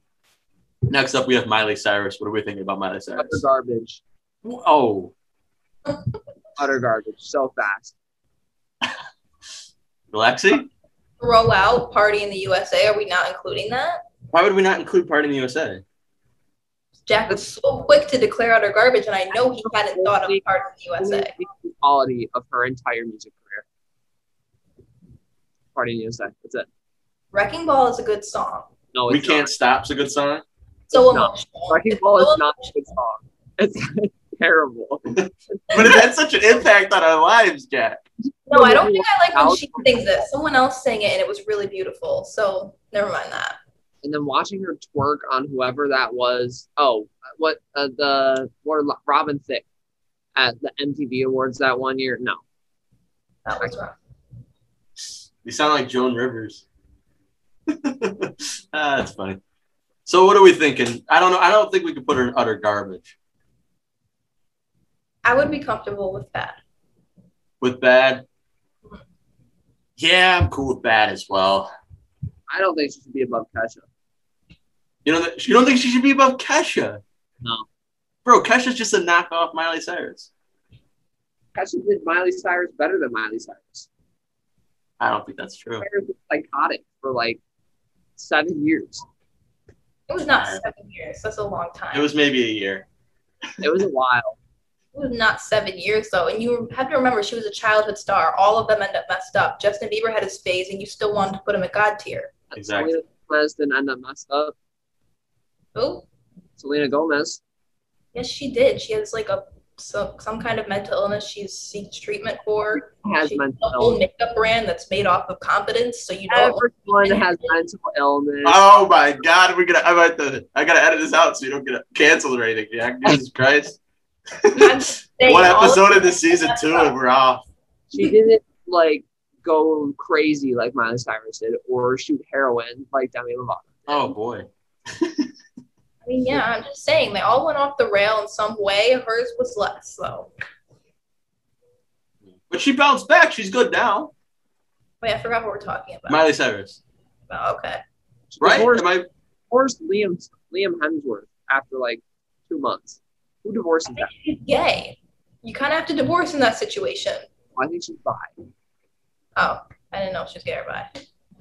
next up we have Miley Cyrus. What are we thinking about Miley utter Cyrus? garbage. Oh, Utter garbage. So fast. Lexi, Throw out party in the USA. Are we not including that? why would we not include Party in the USA? Jack was so quick to declare out her garbage, and I know he hadn't thought of party in the USA. The quality of her entire music career. Party in the USA. That's it. Wrecking Ball is a good song. No, we Oh, it's can't stop's a good song. So No. emotional. Not. Wrecking Ball Well- is not a good song. It's terrible. But it had such an impact on our lives, Jack. No, I don't think I like when she sings it. Someone else sang it, and it was really beautiful. So never mind that. And then watching her twerk on whoever that was. Oh, what uh, the what, Robin Thicke at the MTV Awards that one year? No, That was wrong. You sound like Joan Rivers. ah, that's funny. So what are we thinking? I don't know. I don't think we could put her in utter garbage I would be comfortable with that. with bad. Yeah, I'm cool with bad as well. I don't think she should be above Kesha. You know, you don't think she should be above Kesha? No. Bro, Kesha's just a knockoff Miley Cyrus. Kesha did Miley Cyrus better than Miley Cyrus. I don't think that's true. Cyrus was psychotic for like seven years. It was not seven years. That's a long time. It was maybe a year. It was a while. It was not seven years though, and you have to remember she was a childhood star. All of them end up messed up. Justin Bieber had his phase, and you still wanted to put him at God tier. Exactly. Selena Gomez didn't end up messed up. Oh, Selena Gomez. yes, she did. She has like a some, some kind of mental illness she seeks treatment for. Has She's mental a whole makeup brand that's made off of confidence, so you know. Everyone has mental illness. Oh my god, we're gonna I might to, I gotta edit this out so you don't get canceled or anything, Jack. Jesus Christ. I'm saying One all episode of them this season messed two up. and we're off. She didn't like go crazy like Miley Cyrus did or shoot heroin like Demi Lovato. Oh boy. I mean, yeah, I'm just saying they all went off the rail in some way. Hers was less, though. But she bounced back. She's good now. Wait, I forgot what we're talking about. Miley Cyrus. oh, okay. Right? Divorced, Am I, divorced Liam Liam Hemsworth after like two months. Who divorces that? She's gay. You kind of have to divorce in that situation. I think she's bi. Oh, I didn't know if she's gay or bi.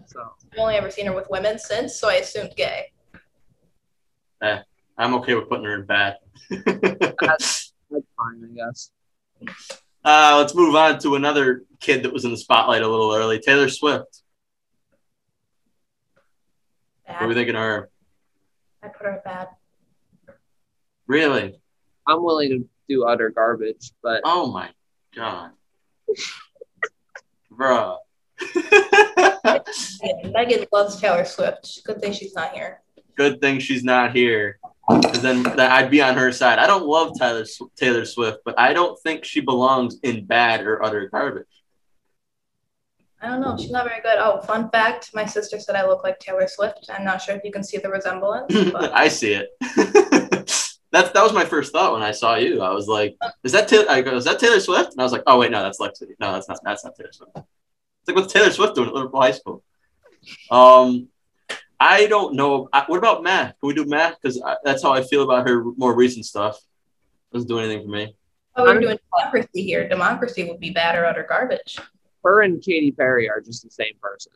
So I've only ever seen her with women since, so I assumed gay. I'm okay with putting her in bad. that's, that's fine, I guess. Uh, let's move on to another kid that was in the spotlight a little early Taylor Swift. What are we Bad. thinking of her? I put her bad. Really? I'm willing to do utter garbage, but Oh my God. Bruh. Yeah, Megan loves Taylor Swift. Good thing she's not here. Good thing she's not here. 'cause then that I'd be on her side. I don't love Tyler, Sw- Taylor Swift, but I don't think she belongs in bad or utter garbage. I don't know. She's not very good. Oh, fun fact my sister said I look like Taylor Swift. I'm not sure if you can see the resemblance, but I see it. that that was my first thought when I saw you. I was like, "Is that Taylor?" I go, "Is that Taylor Swift?" And I was like, "Oh wait, no, that's Lexi. No, that's not. That's not Taylor Swift." It's like what's Taylor Swift doing at Liverpool High School? Um, I don't know. I, what about math? Can we do math? Because that's how I feel about her more recent stuff. Doesn't do anything for me. oh, we're doing democracy here. Democracy would be bad or utter garbage. her and Katy Perry are just the same person.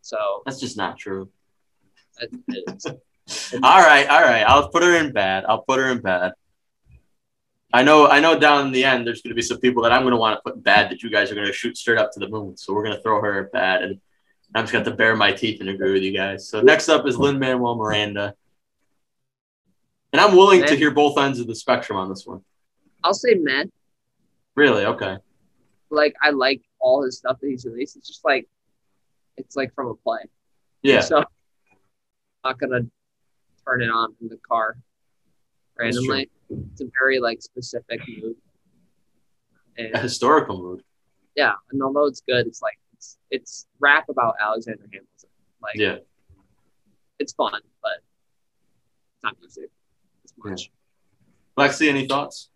So That's just not true. it, it's, all right, all right. I'll put her in bad. I'll put her in bad. I know, I know. Down in the end, there's going to be some people that I'm going to want to put in bad that you guys are going to shoot straight up to the moon. So we're going to throw her in bad, and I'm just going to bare my teeth and agree with you guys. So next up is Lin Manuel Miranda, and I'm willing to hear both ends of the spectrum on this one. I'll say meh. Really? Okay. Like I like all his stuff that he's released. It's just like it's like from a play. Yeah. So I'm not gonna turn it on in the car That's true. randomly. It's a very like specific mood. A And historical mood. yeah, and although it's good, it's like it's it's rap about Alexander Hamilton. Like Yeah. it's fun, but it's not music as much. Lexi, any thoughts?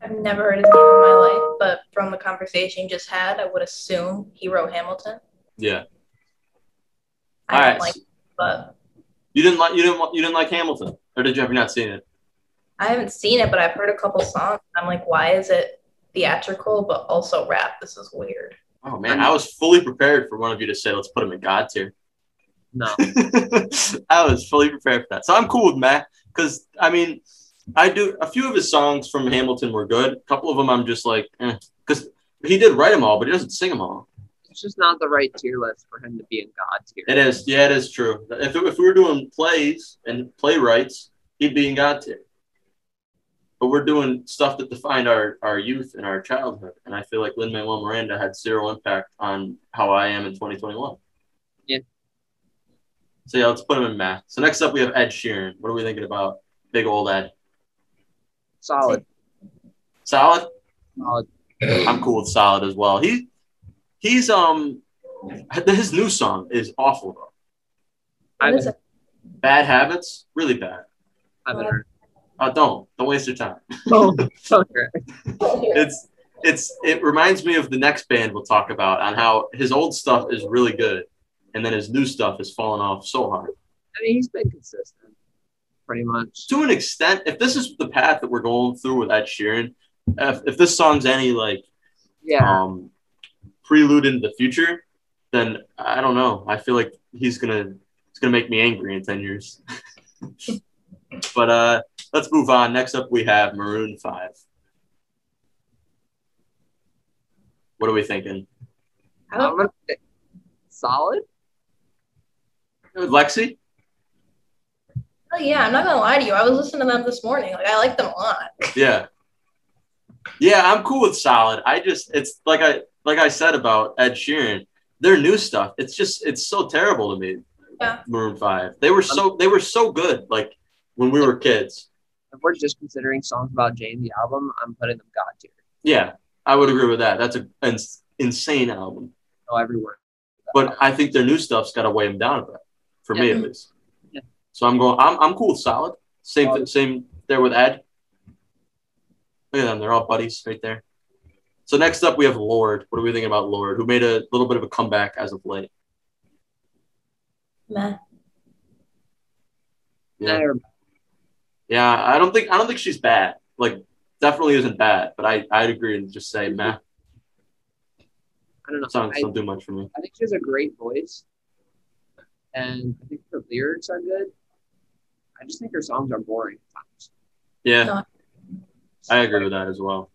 I've never heard his name in my life, but from the conversation you just had, I would assume he wrote Hamilton. Yeah. I All don't right. like it, but You didn't like you didn't want- you didn't like Hamilton, or did you have you not seen it? I haven't seen it, but I've heard a couple songs. I'm like, why is it theatrical but also rap? This is weird. Oh man, I was fully prepared for one of you to say, "Let's put him in God's tier." No. I was fully prepared for that, so I'm cool with Matt because I mean, I do a few of his songs from Hamilton were good. A couple of them I'm just like, because he did write them all, but he doesn't sing them all. it's just not the right tier list for him to be in God tier. It is, yeah, it is true. If if we were doing plays and playwrights, he'd be in God tier. But we're doing stuff that defined our, our youth and our childhood, and I feel like Lin Manuel Miranda had zero impact on how I am in 2021. Yeah. So yeah, let's put him in math. So next up we have Ed Sheeran. What are we thinking about? Big old Ed. Solid, Solid. solid. I'm cool with solid as well. He he's um his new song is awful though. I What is haven't, it? Bad habits, really bad. I haven't heard. Uh, don't don't waste your time. Oh, okay. it's it's it reminds me of the next band we'll talk about on how his old stuff is really good and then his new stuff has fallen off so hard I mean, he's been consistent, pretty much. to an extent if this is the path that we're going through with Ed Sheeran if, if this song's any like Yeah, um prelude into the future then I don't know I feel like he's gonna it's gonna make me angry in 10 years but uh let's move on next up we have Maroon 5 what are we thinking I don't- I'm gonna say solid. Lexi Oh yeah, I'm not gonna lie to you. I was listening to them this morning. Like I like them a lot. Yeah. Yeah, I'm cool with solid. I just it's like I like I said about Ed Sheeran, their new stuff, it's just it's so terrible to me. Yeah. Maroon Five. They were so they were so good like when we were kids. If we're just considering songs about Jane the album, I'm putting them God tier. Yeah, I would agree with that. That's a an insane album. No, everywhere. But I think their new stuff's gotta weigh them down a bit. For me Yeah. at least. Yeah. So I'm going I'm I'm cool with solid. Same Solid. same there with Ed. Look at them, they're all buddies right there. So next up we have Lord. What are we thinking about Lord, who made a little bit of a comeback as of late? Meh. Yeah. Never mind. Yeah, I don't think I don't think she's bad. Like definitely isn't bad, but I I'd agree and just say meh. I don't know. Songs I, don't do much for me. I think she has a great voice, and I think her lyrics are good. I just think her songs are boring at times. Yeah, No. I agree with that as well.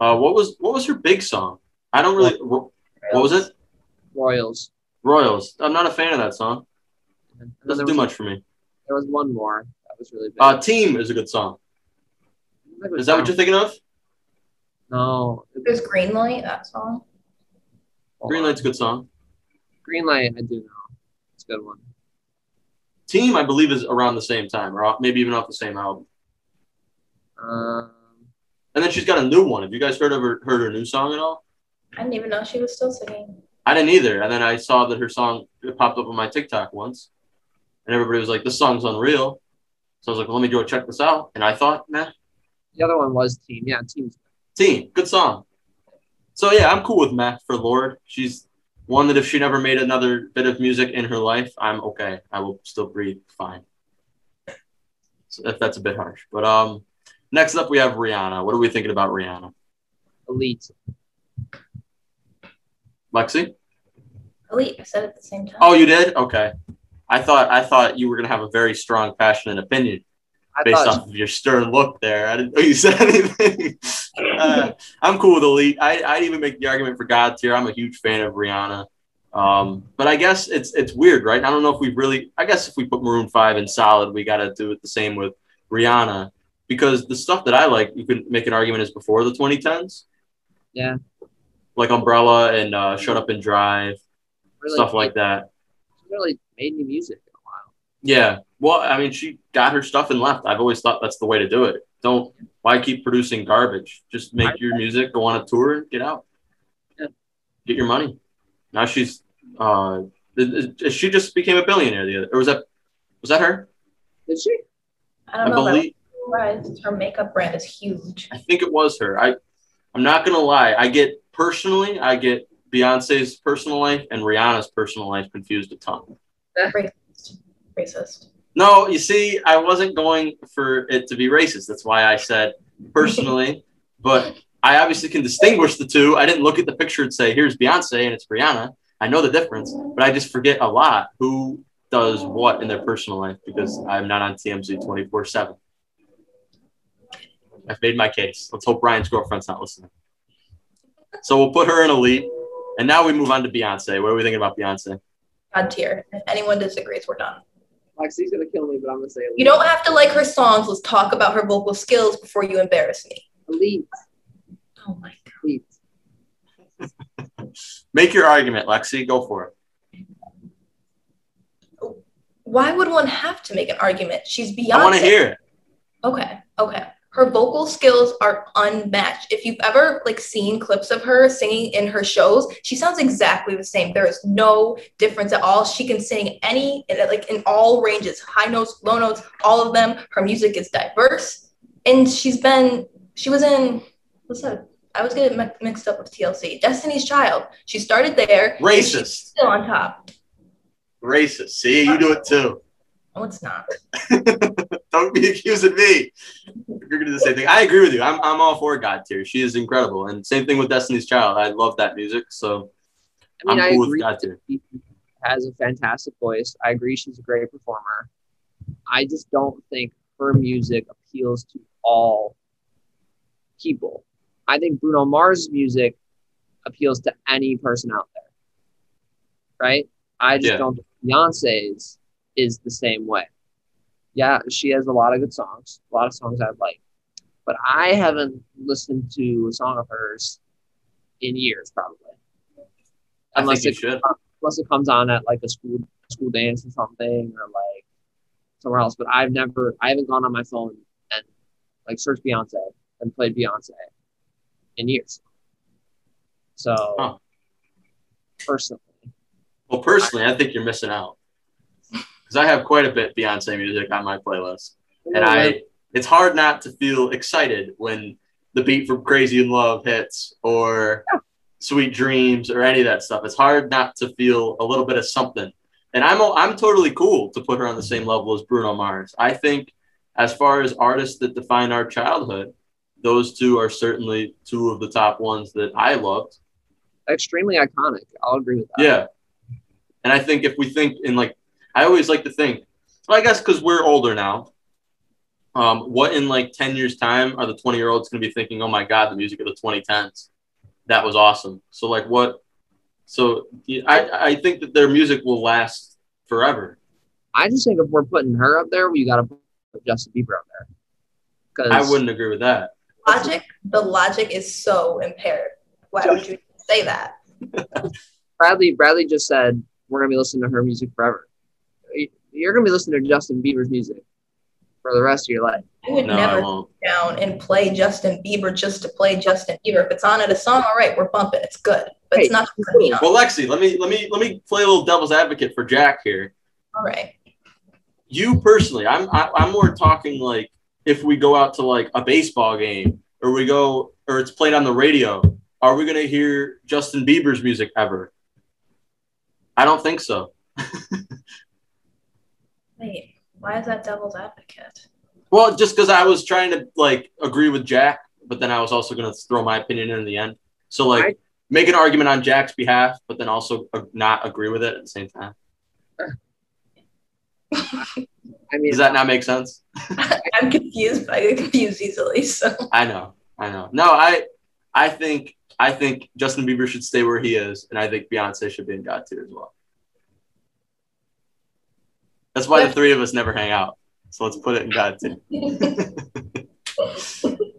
Uh, what was what was her big song? I don't really. What was it? Royals. Royals. I'm not a fan of that song. And then there Doesn't was- do much for me. There was one more that was really big. Uh, Team is a good song. I think it was Is that what you're thinking of? No. it was- There's Green Light, that song. hold Green on. Light's a good song. Green light, I do know. It's a good one. Team, I believe, is around the same time, or off- maybe even off the same album. Um, And then she's got a new one. Have you guys heard of her heard her new song at all? I didn't even know she was still singing. I didn't either. And then I saw that her song popped up on my TikTok once, and everybody was like, "This song's unreal." So I was like, "Let me go check this out." And I thought, "Nah, the other one was Team. Yeah, Team's Team, good song. So yeah, I'm cool with Matt for Lord. She's one that if she never made another bit of music in her life, I'm okay. I will still breathe fine. So that, that's a bit harsh, but um, next up we have Rihanna. What are we thinking about Rihanna? elite. Lexi? Elite, I said it at the same time. Oh, you did? Okay. I thought I thought you were gonna have a very strong, passionate opinion I based thought off of your stern look there. I didn't know you said anything. Uh, I'm cool with Elite. I, I'd even make the argument for God tier. I'm a huge fan of Rihanna. Um, but I guess it's it's weird, right? I don't know if we really. I guess if we put Maroon Five in solid, we got to do it the same with Rihanna because the stuff that I like, you could make an argument is before the 2010s. Yeah. Like Umbrella and uh, Shut Up and Drive, really, stuff like that. really made new music in a while. Yeah. Well, I mean, she got her stuff and left. I've always thought that's the way to do it. Don't why keep producing garbage? Just make your music, go on a tour, and get out. Yeah. Get your money. Now she's uh, th- th- she just became a billionaire the other. Or was that was that her? Did she? I I don't know, but I believe. was surprised. Her makeup brand is huge. I think it was her. I I'm not gonna lie. I get personally, I get Beyonce's personal life and Rihanna's personal life confused a ton. Racist. Racist. No, you see, I wasn't going for it to be racist. That's why I said personally, but I obviously can distinguish the two. I didn't look at the picture and say, here's Beyonce and it's Rihanna. I know the difference, but I just forget a lot who does what in their personal life because I'm not on TMZ 24 7. I've made my case. Let's hope Brian's girlfriend's not listening. So we'll put her in elite. And now we move on to Beyonce. What are we thinking about Beyonce? God tier. If anyone disagrees, we're done. Lexi's gonna kill me, but I'm gonna say elite. You don't have to like her songs. Let's talk about her vocal skills before you embarrass me. elite, Oh my god. elite. Make your argument, Lexi. Go for it. Why would one have to make an argument? She's Beyonce. I want to hear it. Okay, okay. Her vocal skills are unmatched. If you've ever like seen clips of her singing in her shows, she sounds exactly the same. There is no difference at all. She can sing any like in all ranges, high notes, low notes, all of them. Her music is diverse, and she's been she was in what's that? I was getting mi- mixed up with TLC, Destiny's Child. She started there, Racist. still on top. Racist. See, you do it too. No, it's not. Don't be accusing me. You're gonna do the same thing. I agree with you. I'm, I'm all for God tier. She is incredible. And same thing with Destiny's Child. I love that music. So I I'm mean, I cool agree. with God tier. She has a fantastic voice. I agree she's a great performer. I just don't think her music appeals to all people. I think Bruno Mars' music appeals to any person out there. Right? I just Yeah. don't think Beyonce's is the same way. Yeah, she has a lot of good songs, a lot of songs I like. But I haven't listened to a song of hers in years, probably. I Unless think you it should. unless it comes on at like a school school dance or something or like somewhere else. But I've never I haven't gone on my phone and like searched Beyonce and played Beyonce in years. So Huh. personally, Well, personally, I think you're missing out because I have quite a bit Beyonce music on my playlist, and I it's hard not to feel excited when the beat from Crazy in Love hits or Sweet Dreams or any of that stuff. It's hard not to feel a little bit of something. And I'm I'm totally cool to put her on the same level as Bruno Mars. I think as far as artists that define our childhood, those two are certainly two of the top ones that I loved. Extremely iconic. I'll agree with that. Yeah. And I think if we think in like, I always like to think, well, I guess because we're older now. Um, what in like 10 years' time are the 20 year olds going to be thinking, oh my God, the music of the 2010s? That was awesome. So, like, what? So, yeah, I, I think that their music will last forever. I just think if we're putting her up there, we got to put Justin Bieber up there. I wouldn't agree with that. Logic, the logic is so impaired. Why would you say that? Bradley Bradley just said we're gonna be listening to her music forever. You're gonna be listening to Justin Bieber's music for the rest of your life. I would No, I never won't. sit down and play Justin Bieber just to play Justin Bieber. If it's on at a song, all right, we're bumping. It's good, but Hey, it's not going to be on. Well, Lexi, let me let me let me play a little devil's advocate for Jack here. All right. you personally i'm I, i'm more talking like if we go out to like a baseball game or we go or it's played on the radio are we going to hear justin bieber's music ever i don't think so Wait, why is that devil's advocate? well just because i was trying to like agree with jack but then i was also going to throw my opinion in the end so like I- make an argument on jack's behalf but then also uh, not agree with it at the same time I mean, does that not make sense I'm confused. I get confused easily. So I know, I know. No, I, I think, I think Justin Bieber should stay where he is, and I think Beyonce should be in God tier as well. That's why the three of us never hang out. So let's put it in God tier.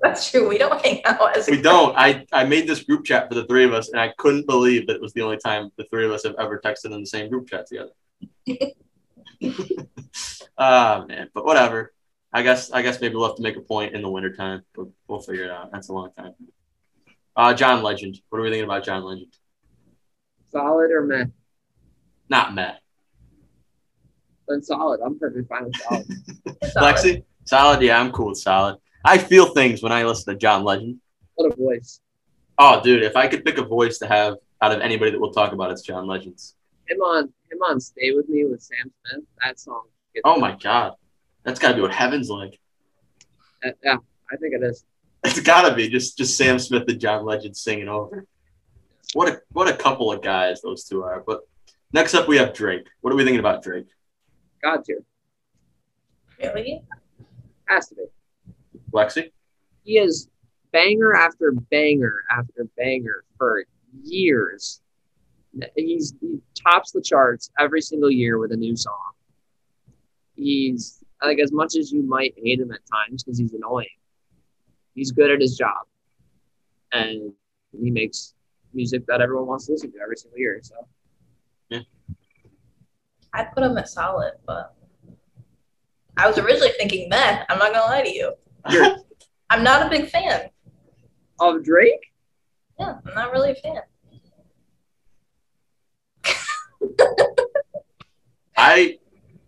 that's true. We don't hang out as a We don't. I, I made this group chat for the three of us, and I couldn't believe that it was the only time the three of us have ever texted in the same group chat together. Ah man, but whatever. I guess I guess maybe we'll have to make a point in the wintertime. But we'll figure it out. That's a long time. Uh, John Legend. What are we thinking about John Legend? solid or meh? Not Matt. Then solid. I'm perfectly fine with solid. solid. Lexi? Solid, yeah, I'm cool with solid. I feel things when I listen to John Legend. what a voice. Oh, dude, if I could pick a voice to have out of anybody that we'll talk about, it's John Legend's. Him on him on Stay With Me with Sam Smith. That song. gets Oh me. my god. That's gotta be what heaven's like. Uh, yeah, I think it is. It's gotta be just just Sam Smith and John Legend singing over. What a what a couple of guys those two are. But next up we have Drake. What are we thinking about Drake? God tier. really. Has to be. Lexi? He is banger after banger after banger for years. He's he tops the charts every single year with a new song. He's like as much as you might hate him at times because he's annoying. He's good at his job, and he makes music that everyone wants to listen to every single year. So I'd put him at solid, but I was originally thinking meh. I'm not gonna lie to you. I'm not a big fan. of um, Drake, Yeah, I'm not really a fan. I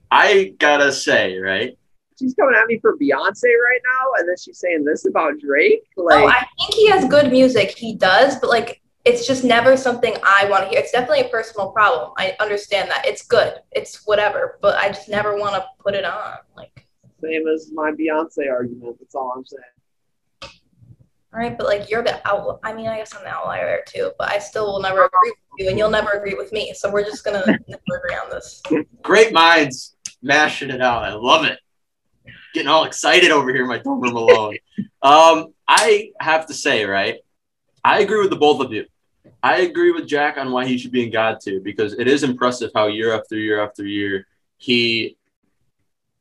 I gotta say, right? she's coming at me for Beyonce right now, and then she's saying this about Drake. Like No, Oh, I think he has good music. He does, but like it's just never something I want to hear. It's definitely a personal problem. I understand that. It's good. It's whatever, but I just never want to put it on. Like, same as my Beyonce argument. That's all I'm saying. all right, but like you're the outlier. I mean, I guess I'm the outlier there too, but I still will never agree with you, and you'll never agree with me. So we're just gonna never agree on this. Great minds mashing it out. I love it. Getting all excited over here, my Tomer Malone. um, I have to say, right? I agree with the both of you. I agree with Jack on why he should be in God too, because it is impressive how year after year after year he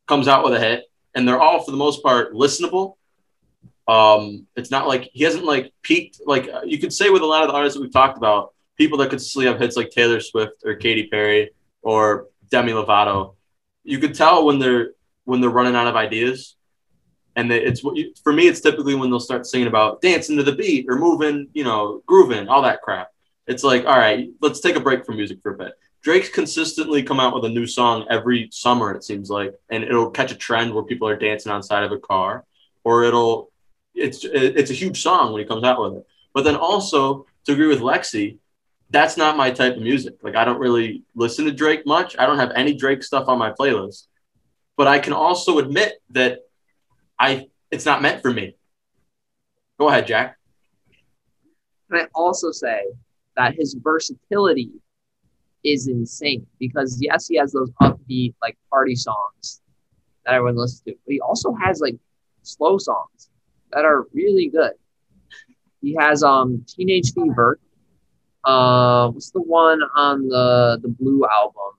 comes out with a hit, and they're all for the most part listenable. Um, it's not like he hasn't like peaked. Like uh, you could say with a lot of the artists that we've talked about, people that consistently have hits like Taylor Swift or Katy Perry or Demi Lovato, you could tell when they're when they're running out of ideas, and they, it's what you, for me. It's typically when they'll start singing about dancing to the beat or moving, you know, grooving, all that crap. It's like, all right, let's take a break from music for a bit. Drake's consistently come out with a new song every summer, it seems like, and it'll catch a trend where people are dancing outside of a car, or it'll it's it's a huge song when he comes out with it. But then also to agree with Lexi, that's not my type of music. Like I don't really listen to Drake much. I don't have any Drake stuff on my playlist. But I can also admit that I it's not meant for me. Go ahead, Jack. Can I also say that his versatility is insane because yes, he has those upbeat like party songs that everyone listens to, but he also has like slow songs that are really good. He has um Teenage Fever. Uh, what's the one on the the Blue album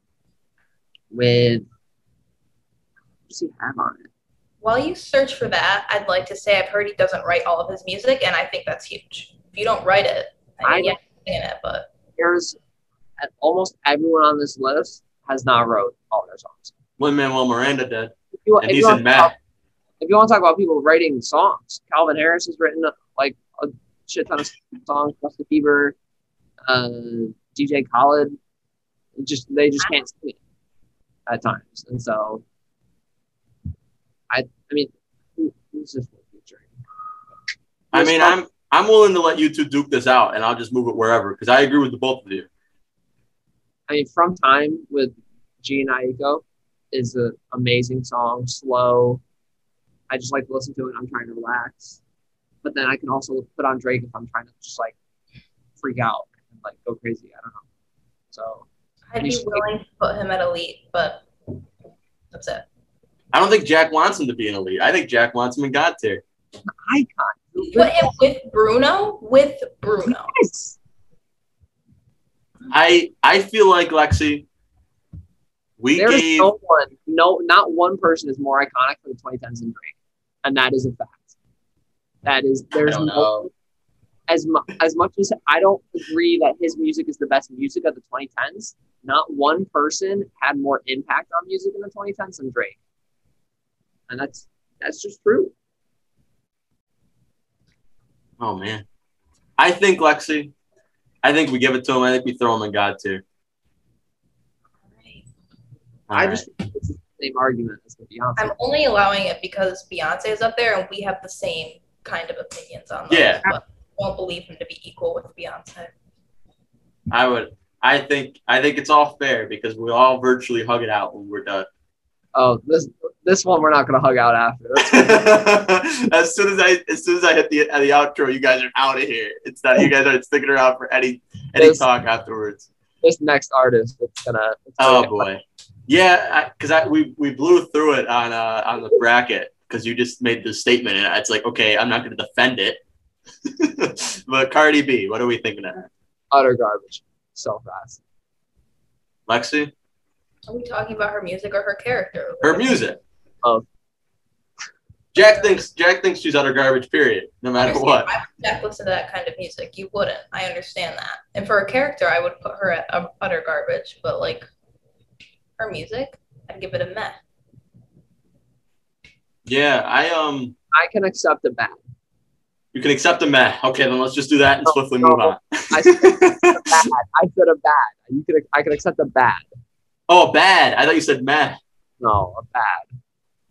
with? What does he have on it? While you search for that, I'd like to say I've heard he doesn't write all of his music, and I think that's huge. If you don't write it, I mean, I- yeah, you're singing it, but There's and almost everyone on this list has not wrote all their songs. Lin Manuel Miranda did, If you, and if he's you in want to talk- Matt. if you want to talk about people writing songs, Calvin Harris has written like a shit ton of songs. Justin Bieber, uh, DJ Khaled, just they just can't sing it at times, and so I, I mean, who- who's this one featuring? I mean, I'm I'm willing to let you two duke this out, and I'll just move it wherever because I agree with the both of you. I mean, from time with G and Aiko is an amazing song, slow. I just like to listen to it. when I'm trying to relax, but then I can also put on Drake if I'm trying to just like freak out and like go crazy. I don't know. So I'd You be should- willing to put him at elite, but that's it. I don't think Jack wants him to be an elite. I think Jack wants him in God tier. Put him with Bruno, with Bruno. Yes. I I feel like Lexi. We There is gave no one, no, not one person is more iconic for the 2010s than Drake, and that is a fact. That is, I there's don't no know. as mu- as much as I don't agree that his music is the best music of the 2010s, not one person had more impact on music in the 2010s than Drake, and that's that's just true. Oh man, I think Lexi. I think we give it to him. I think we throw him in God tier. I just it's the same argument as with Beyonce. I'm only allowing it because Beyonce is up there and we have the same kind of opinions on those. Yeah. But I won't believe him to be equal with Beyonce. I would. I think. I think it's all fair because we all virtually hug it out when we're done. oh, this this one we're not gonna hug out after. as soon as I, as soon as I hit the the outro, you guys are out of here. It's not you guys aren't sticking around for any any Yes. talk afterwards. this next artist, it's gonna. It's Oh gonna- boy, yeah, because I, we we blew through it on uh, on the bracket because you just made the statement and it's like okay, I'm not going to defend it. but Cardi B, what are we thinking of? utter garbage. So fast. Lexi, Are we talking about her music or her character? her music. Oh. Jack thinks Jack thinks she's utter garbage. Period. No I matter understand. what. I would Jack listen to that kind of music. You wouldn't. I understand that. And for a character, I would put her at um, utter garbage. But like her music, I'd give it a meh. Yeah, I um. I can accept a bad. You can accept a meh. Okay, then let's just do that and No, swiftly Oh, no. move on. I said a bad. I said a bad. You could. I could accept a bad. Oh, bad. I thought you said meh. No, a bad.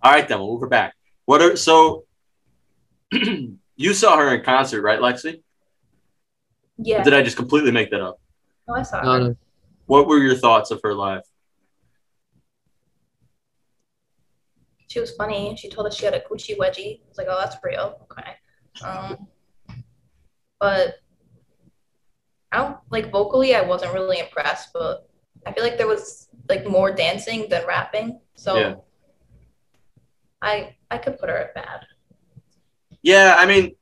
All right, then we'll move her back. What are so? you saw her in concert, right, Lexi? Or Yeah. did I just completely make that up? no, Oh, I saw No, her. no, What were your thoughts of her live? She was funny. She told us she had a coochie wedgie. I was like, oh, that's real. Okay. Um, but I don't like vocally. I wasn't really impressed, but I feel like there was like more dancing than rapping. So Yeah. I I could put her at bad. Yeah, I mean,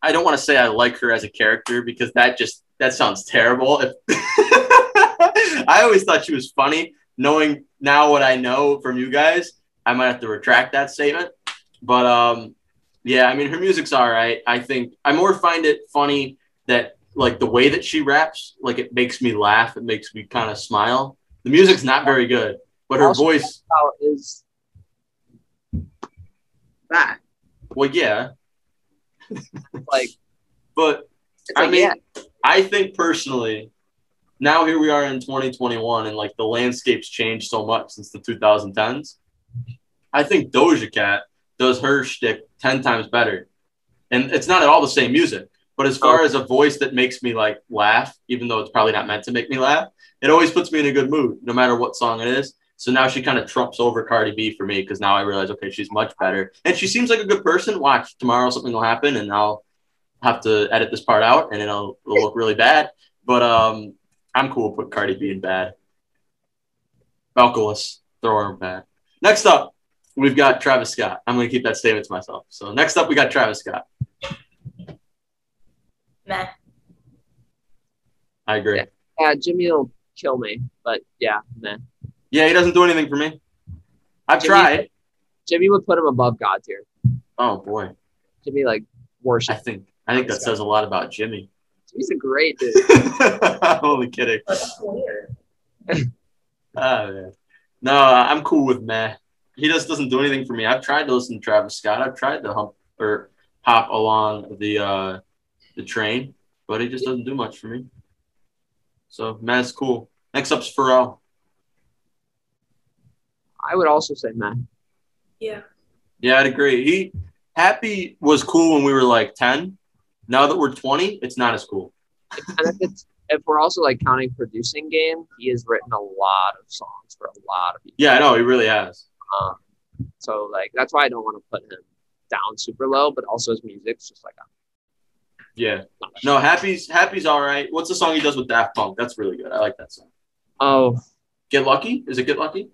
I don't want to say I like her as a character because that just that sounds terrible. If I always thought she was funny. Knowing now what I know from you guys, I might have to retract that statement. But um, yeah, I mean, her music's all right. I think I more find it funny that like the way that she raps, like it makes me laugh. It makes me kind of smile. The music's not very good, but her Also- voice. out is that. Well, yeah, Like, but it's I like, mean, yeah, I think personally, now here we are in 2021, and like the landscape's changed so much since the 2010s. I think Doja Cat does her shtick 10 times better and it's not at all the same music. But as Oh. far as a voice that makes me like laugh, even though it's probably not meant to make me laugh, it always puts me in a good mood, no matter what song it is. So now she kind of trumps over Cardi B for me because now I realize, okay, she's much better, and she seems like a good person. Watch tomorrow, something will happen, and I'll have to edit this part out, and it'll, it'll look really bad. But um, I'm cool. Put Cardi B in bad. Alkalis, throw her in bad. Next up, we've got Travis Scott. I'm gonna keep that statement to myself. So next up, we got Travis Scott. Meh. I agree. Yeah. Yeah, Jimmy will kill me, but yeah, man. Yeah, he doesn't do anything for me. I've Jimmy- tried. Jimmy would put him above God tier. Oh boy, Jimmy like I worship. think I think that says a lot about Jimmy. Jimmy's a great dude. I'm only kidding. That's weird. Oh, man. No, I'm cool with Matt. He just doesn't do anything for me. I've tried to listen to Travis Scott. I've tried to hump or hop along the uh, the train, but he just doesn't do much for me. So Matt's cool. Next up's Pharrell. I would also say man. Yeah. Yeah, I'd agree. He Happy was cool when we were like ten. Now that we're twenty, it's not as cool. And if it's if we're also like counting producing game, he has written a lot of songs for a lot of people. Yeah, I know. He really has. Um, so like that's why I don't want to put him down super low, but also his music's just like Yeah. No, Happy's Happy's all right. What's the song he does with Daft Punk? That's really good. I like that song. oh, Get Lucky? Is it Get Lucky?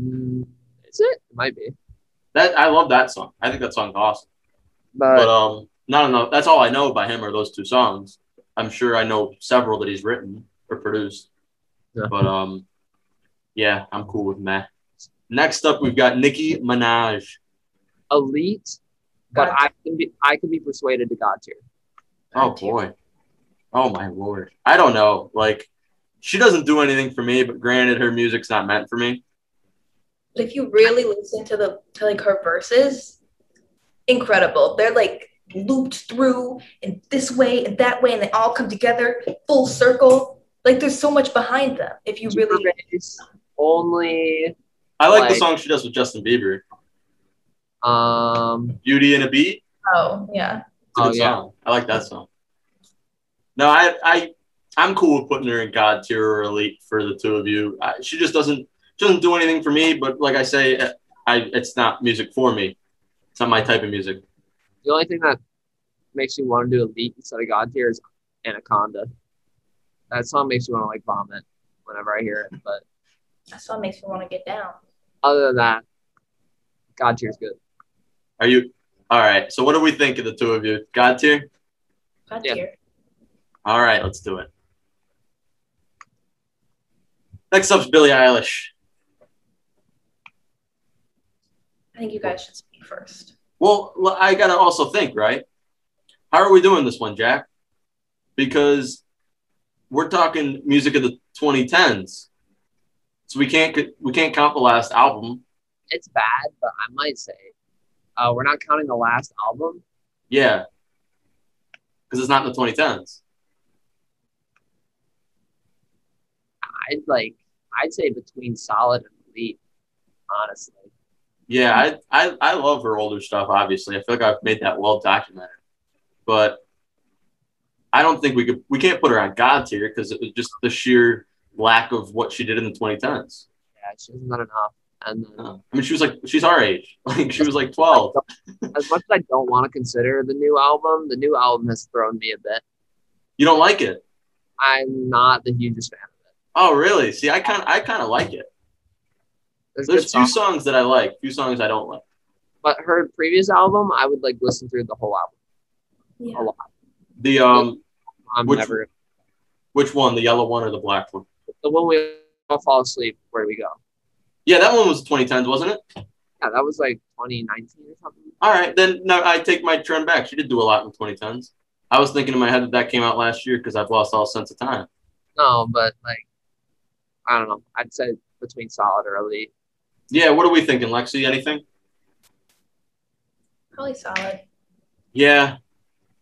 mm, is it? It might be, That I love that song. I think that song's awesome. but But um, not enough. That's all I know by him are those two songs. I'm sure I know several that he's written or produced. Yeah. But um, yeah, I'm cool with Matt. Next up, we've got Nicki Minaj. elite. But God I can be I can be persuaded to God tier. Oh God tier. boy. Oh my lord. I don't know. Like, she doesn't do anything for me. But granted, her music's not meant for me. But if you really listen to the to like her verses, incredible. They're like looped through and this way and that way, and they all come together full circle. Like there's so much behind them. If you really, Superbass, only I like, the Like- song she does with Justin Bieber, um "Beauty and a Beat." oh yeah, It's a Oh, good yeah. song. I like that song. No, I, I, I'm cool with putting her in God tier or elite for the two of you. I, she just doesn't she doesn't do anything for me. But like I say, I it's not music for me. It's not my type of music. the only thing that makes me want to do elite instead of God tier is Anaconda. That song makes me want to like vomit whenever I hear it. But that's what makes me want to get down. other than that, God tier's good. Are you all right? So what do we think of the two of you? God tier. God Yeah. tier. All right, let's do it. Next up's Billie Eilish. I think you guys should speak first. Well, l- I gotta also think, right? How are we doing this one, Jack? Because we're talking music of the 2010s, so we can't c- we can't count the last album. It's bad, but I might say uh, we're not counting the last album. Yeah, because it's not in the 2010s. I'd like I'd say between solid and elite, honestly. Yeah, I, I I love her older stuff. Obviously, I feel like I've made that well documented, but I don't think we could we can't put her on God tier because it was just the sheer lack of what she did in the 2010s. Yeah, she hasn't done enough. And then, I mean, she was like she's our age, like she was like 12. as much as I don't want to consider the new album, the new album has thrown me a bit. You don't like it? I'm not the hugest fan of it. Oh, really? See, I kind of, I kind of like it. There's, good There's few songs, songs that I like, few songs I don't like. but her previous album, I would like listen through the whole album. Yeah. Oh, The um, I'm Which- never which one? The yellow one or the black one? the one we all fall asleep. Where do we go? Yeah, that one was 2010s, wasn't it? Yeah, that was like 2019 or something. All right, then no, I take my turn back. She did do a lot in 2010s. I was thinking in my head that that came out last year because I've lost all sense of time. No, but like I don't know. I'd say between solid or elite. Yeah, what are we thinking, Lexi? Anything? Probably solid. Yeah.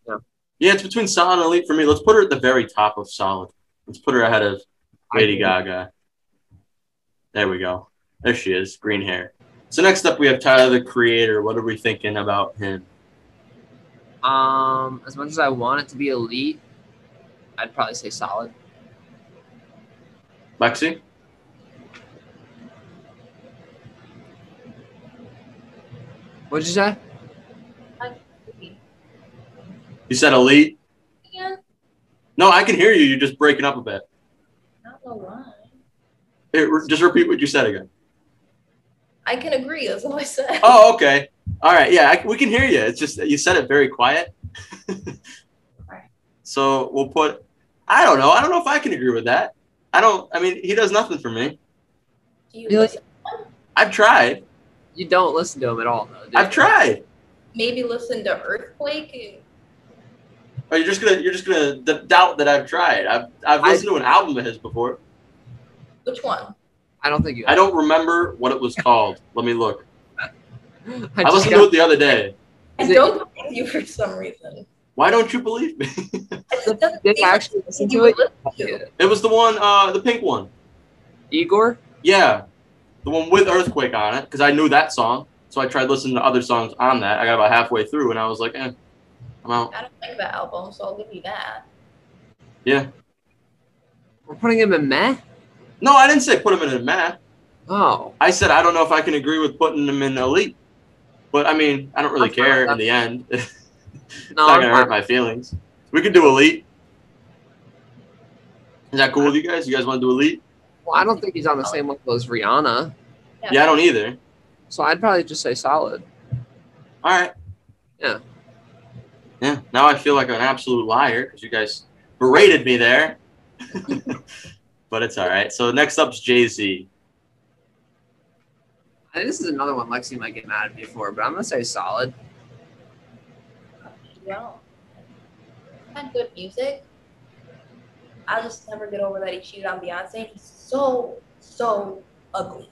Yeah. Yeah, it's between solid and elite for me. Let's put her at the very top of solid. Let's put her ahead of Lady I- Gaga. There we go. There she is, green hair. So next up we have Tyler the Creator. What are we thinking about him? Um, as much as I want it to be elite, I'd probably say solid. Lexi? What'd you say? You said elite? Yeah, No, I can hear you. You're just breaking up a bit. not know why. Here, re- just repeat what you said again. I can agree. That's all I said. Oh, okay. All right. Yeah, I, we can hear you. It's just that you said it very quiet. so we'll put. I don't know. I don't know if I can agree with that. I don't. I mean, he does nothing for me. Do you Really? listen- I've tried. You don't listen to him at all, though. do you? I've tried. maybe listen to Earthquake? Are you just gonna? You're just gonna d- doubt that I've tried. I've I've I- listened to an album of his before. Which one? I don't think you. I don't remember what it was called. Let me look. I I just listened got- to it the other day. I Is it- don't believe you for some reason. Why don't you believe me? I just doesn't Did you seem like actually listen you to it? would listen to. it Yeah. was the one, uh, the pink one. Igor? Yeah, the one with Earthquake on it, because I knew that song. So I tried listening to other songs on that. I got about halfway through, and I was like, eh, I'm out. I don't like that album, so I'll give you that. We're putting him in meh? No, I didn't say put him in a mat. Oh. I said I don't know if I can agree with putting him in elite, but I mean, I don't really That's care fine. in the end. it's No, not I'm gonna fine. hurt my feelings. We could do elite. Is that cool with you guys? You guys want to do elite? Well, I don't think he's on the same level as Rihanna. Yeah. Yeah, I don't either. So I'd probably just say solid. All right. Yeah. Yeah. Now I feel like an absolute liar because you guys berated me there. but it's all right. So next up's Jay Z. I think this is another one Lexi might get mad at me for, but I'm gonna say solid. Yeah. Had good music. I just never get over that he cheated on Beyonce. He's so, so ugly.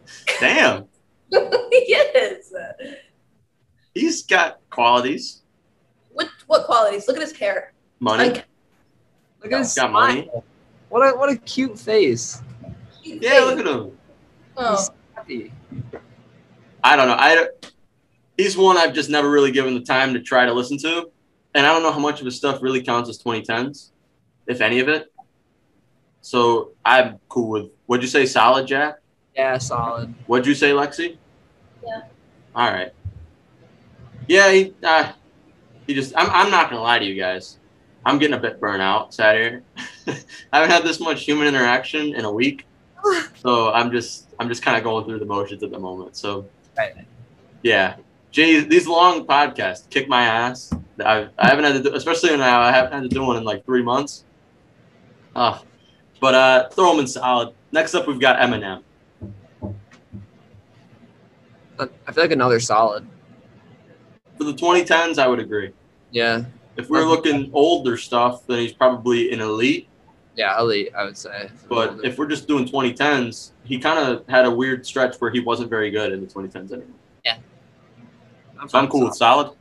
Damn. yes. He's got qualities. What what qualities? Look at his hair. Money. Like, Look at his Got smile. money. What a what a cute face. he's Yeah, big. look at him. Oh, Happy. I don't know. I don't- he's one I've just never really given the time to try to listen to, and I don't know how much of his stuff really counts as 2010s, if any of it. So I'm cool with. What'd you say, solid, Jack? Yeah, solid. What'd you say, Lexi? Yeah. All right. Yeah, he, uh, he just. I'm, I'm not gonna lie to you guys. I'm getting a bit burnt out sat here. I haven't had this much human interaction in a week, so I'm just I'm just kind of going through the motions at the moment. So, Right. yeah, Jay, these long podcasts kick my ass. I, I haven't had to do, especially now. I haven't had to do one in like three months. Ah, but uh, throw them in solid. Next up, we've got Eminem. I I feel like another solid. For the 2010s, I would agree. Yeah. If we're looking older stuff, then he's probably an elite. Yeah, elite, I would say. But if we're just doing 2010s, he kind of had a weird stretch where he wasn't very good in the 2010s anymore. So I'm cool with solid.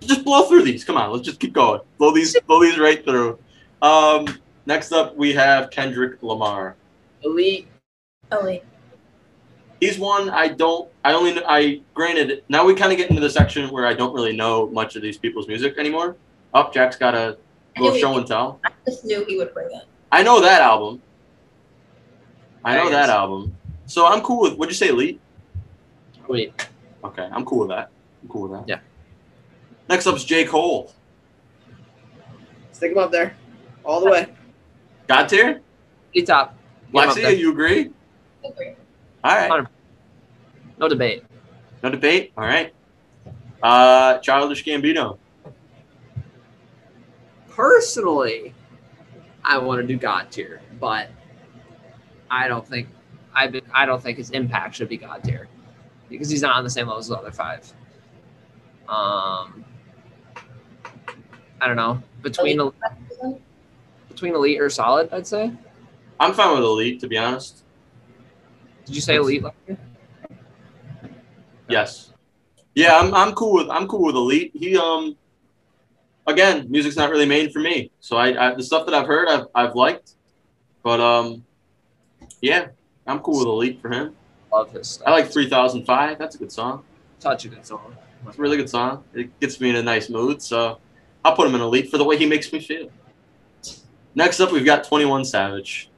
Just blow through these. Come on, let's just keep going. Blow these, blow these right through. Um, next up, we have Kendrick Lamar. elite. Ellie. He's one I don't. I only. kn- I granted. Now we kind of get into the section where I don't really know much of these people's music anymore. Up, Jack's got a little show and tell. I just knew he would bring it. I know that album. I know Nice. that album. So I'm cool with. Would you say elite? Wait. Okay, I'm cool with that. I'm cool with that. Yeah. Next up is J Cole. Stick him up there, all the way. God tier. Elite top. Get him up there. Lexi, you agree? Agree. All right. No debate. No debate. All right. Uh, Childish Gambino. Personally, I want to do God tier, but I don't think I've been I don't think his impact should be God tier. Because he's not on the same level as the other five. Um I don't know. Between el- between elite or solid, I'd say. I'm fine with elite, to be honest. Did you say elite? Lexi? Yes. Yeah, I'm, I'm cool with I'm cool with elite. He um, again, music's not really made for me. So I, I the stuff that I've heard, I've, I've liked, but um, yeah, I'm cool with elite for him. Love his stuff. I like 3005. That's a good song. Such a good song. It's a really good song. It gets me in a nice mood, so I'll put him in elite for the way he makes me feel. Next up, we've got 21 Savage.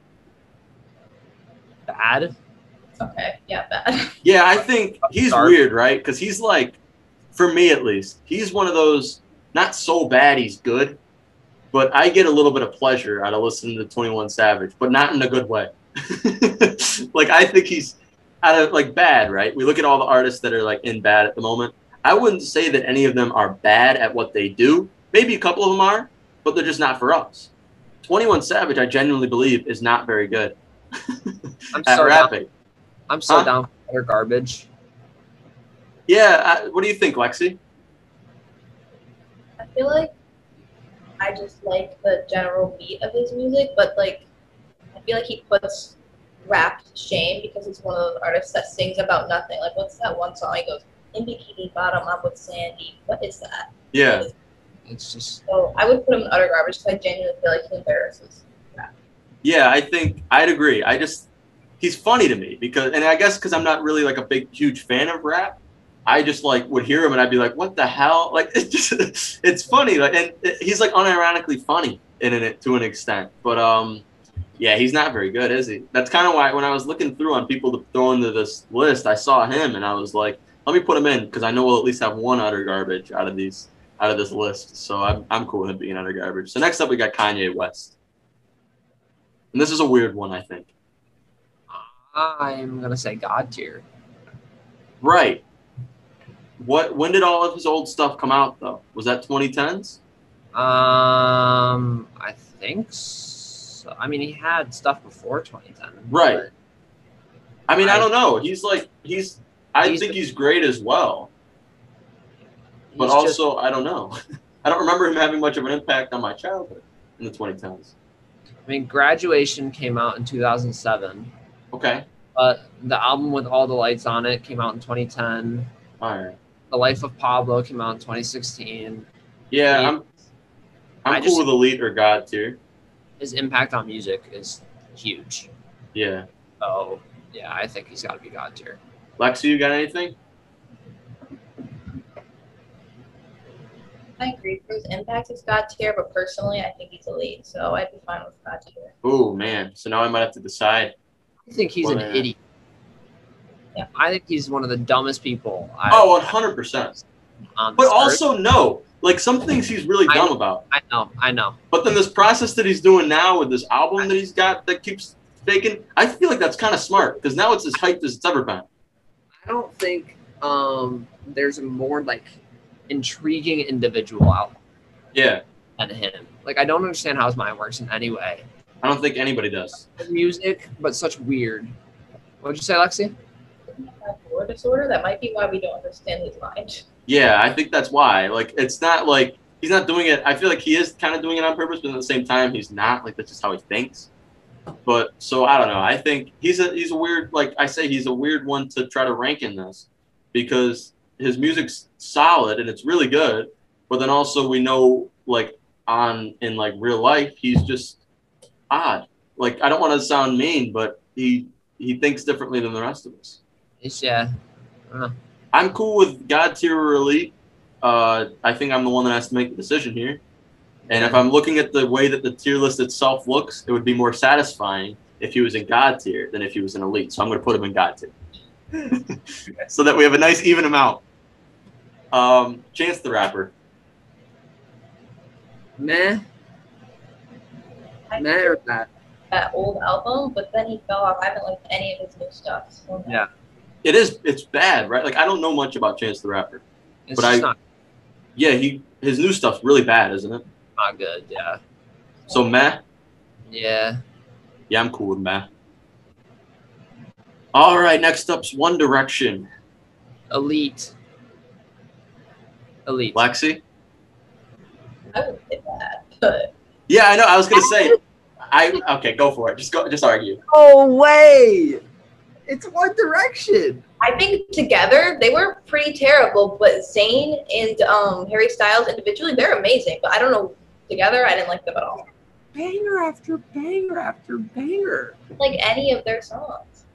Bad. Okay, yeah, bad. Yeah, I think he's Dark. weird, right? Because he's like, for me at least, he's one of those not so bad he's good, but I get a little bit of pleasure out of listening to Twenty One Savage, but not in a good way. like I think he's out of like bad, right? We look at all the artists that are like in bad at the moment. I wouldn't say that any of them are bad at what they do. Maybe a couple of them are, but they're just not for us. Twenty One Savage, I genuinely believe, is not very good I'm at so down. rapping. I'm so Huh? down for utter garbage. Yeah, I, what do you think, Lexi? I feel like I just like the general beat of his music, but like I feel like he puts rap to shame because he's one of those artists that sings about nothing. Like what's that one song? He goes in bikini bottom up with Sandy. What is that? Yeah. It's just So I would put him in utter garbage because I genuinely feel like he embarrasses. Yeah, I think I'd agree. I just he's funny to me because, and I guess because I'm not really like a big huge fan of rap, I just like would hear him and I'd be like, "What the hell?" Like it's just it's funny. Like and it- he's like unironically funny in it to an extent, but um, yeah, he's not very good, is he? That's kind of why when I was looking through on people to throw into this list, I saw him and I was like, "Let me put him in" because I know we'll at least have one utter garbage out of these out of this list. So I'm I'm cool with him being utter garbage. So next up, we got Kanye West. And this is a weird one, I think. I'm gonna say god tier. Right. What? When did all of his old stuff come out, though? Was that 2010s? Um, I think. So. I mean, he had stuff before 2010. Right. but I mean, I, I- don't know. He's like he's. I He's think the- he's great as well, but he's just- also I don't know. I don't remember him having much of an impact on my childhood in the 2010s. I mean, graduation came out in 2007, Okay. but the album with all the lights on it came out in 2010. All right. The Life of Pablo came out in 2016. Yeah, Yeah. I'm. I'm I cool just- with elite or god tier. His impact on music is huge. Yeah. So yeah, I think he's got to be god tier. Lexi, you got anything? I agree. For his impact, it's God tier, but personally, I think he's elite, so I'd be fine with God tier. Oh man. So now I might have to decide. I think he's Well, an yeah. idiot. Yeah. I think he's one of the dumbest people. I, Oh, 100 percent. on But this earth. also no. Like some things he's really I- dumb about. I know, I know. But then this process that he's doing now with this album that he's got that keeps faking, I feel like that's kind of smart because now it's as hyped as it's ever been. I don't think um, there's a more like intriguing individual out Yeah, than him. Like I don't understand how his mind works in any way. I don't think anybody does. His music, but such weird. What'd you say, Lexi? Doesn't he have Bipolar disorder? That might be why we don't understand his mind. Yeah, I think that's why. Like, it's not like he's not doing it. I feel like he is kind of doing it on purpose, but at the same time, he's not. Like, that's just how he thinks. But so I don't know. I think he's a he's a weird. Like I say, he's a weird one to try to rank in this because his music's solid and it's really good. But then also we know like on in like real life, he's just odd. Like I don't want to sound mean, but he he thinks differently than the rest of us. It's yeah. I'm cool with God tier or elite. Uh, I think I'm the one that has to make the decision here. And if I'm looking at the way that the tier list itself looks, it would be more satisfying if he was in God tier than if he was in elite. So I'm going to put him in God tier. so that we have a nice even amount. Um, Chance the Rapper. Meh, I meh or that. that old album, but then he fell off. I haven't liked any of his new stuff. So Yeah. It is, it's bad, right? Like, I don't know much about Chance the Rapper. It's But just I- not Yeah, he his new stuff's really bad, isn't it? not good. Yeah, So, meh. yeah. Yeah, I'm cool with meh. All right, next up's One Direction. Elite. Elite. Lexi? I would say that. But Yeah, I know. I was gonna say, I okay, go for it. Just go, just argue. No way! It's One Direction. I think together they were pretty terrible. But Zayn and um, Harry Styles individually, they're amazing. But I don't know together, I didn't like them at all. Banger after banger after banger. Like any of their songs.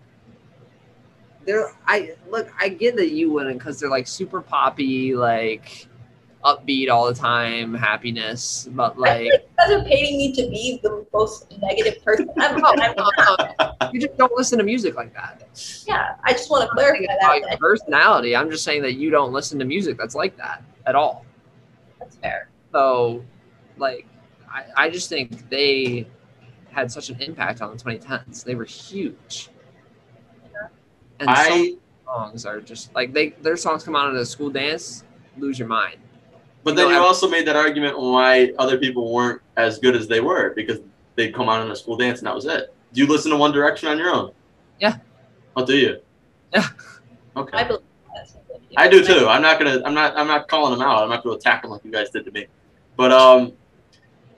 they're I look, I get that you wouldn't because they're like super poppy, like upbeat all the time, happiness, but like You guys are painting me to be the most negative person. I'm, I'm, you just don't listen to music like that. yeah, I just want to I'm not saying clarify it's about that. your that- personality. I'm just saying that you don't listen to music that's like that at all. That's fair. So, like, I, I just think they had such an impact on the 2010s. They were huge. And I some songs are just like they their songs come out at a school dance, lose your mind. but then No, you I- also made that argument on why other people weren't as good as they were because they'd come out on a school dance and that was it. Do you listen to One Direction on your own? Yeah. Oh, do you? Yeah. I Okay. believe that's something. I do too. I'm not gonna. I'm not. I'm not calling them out. I'm not gonna attack them like you guys did to me. But um,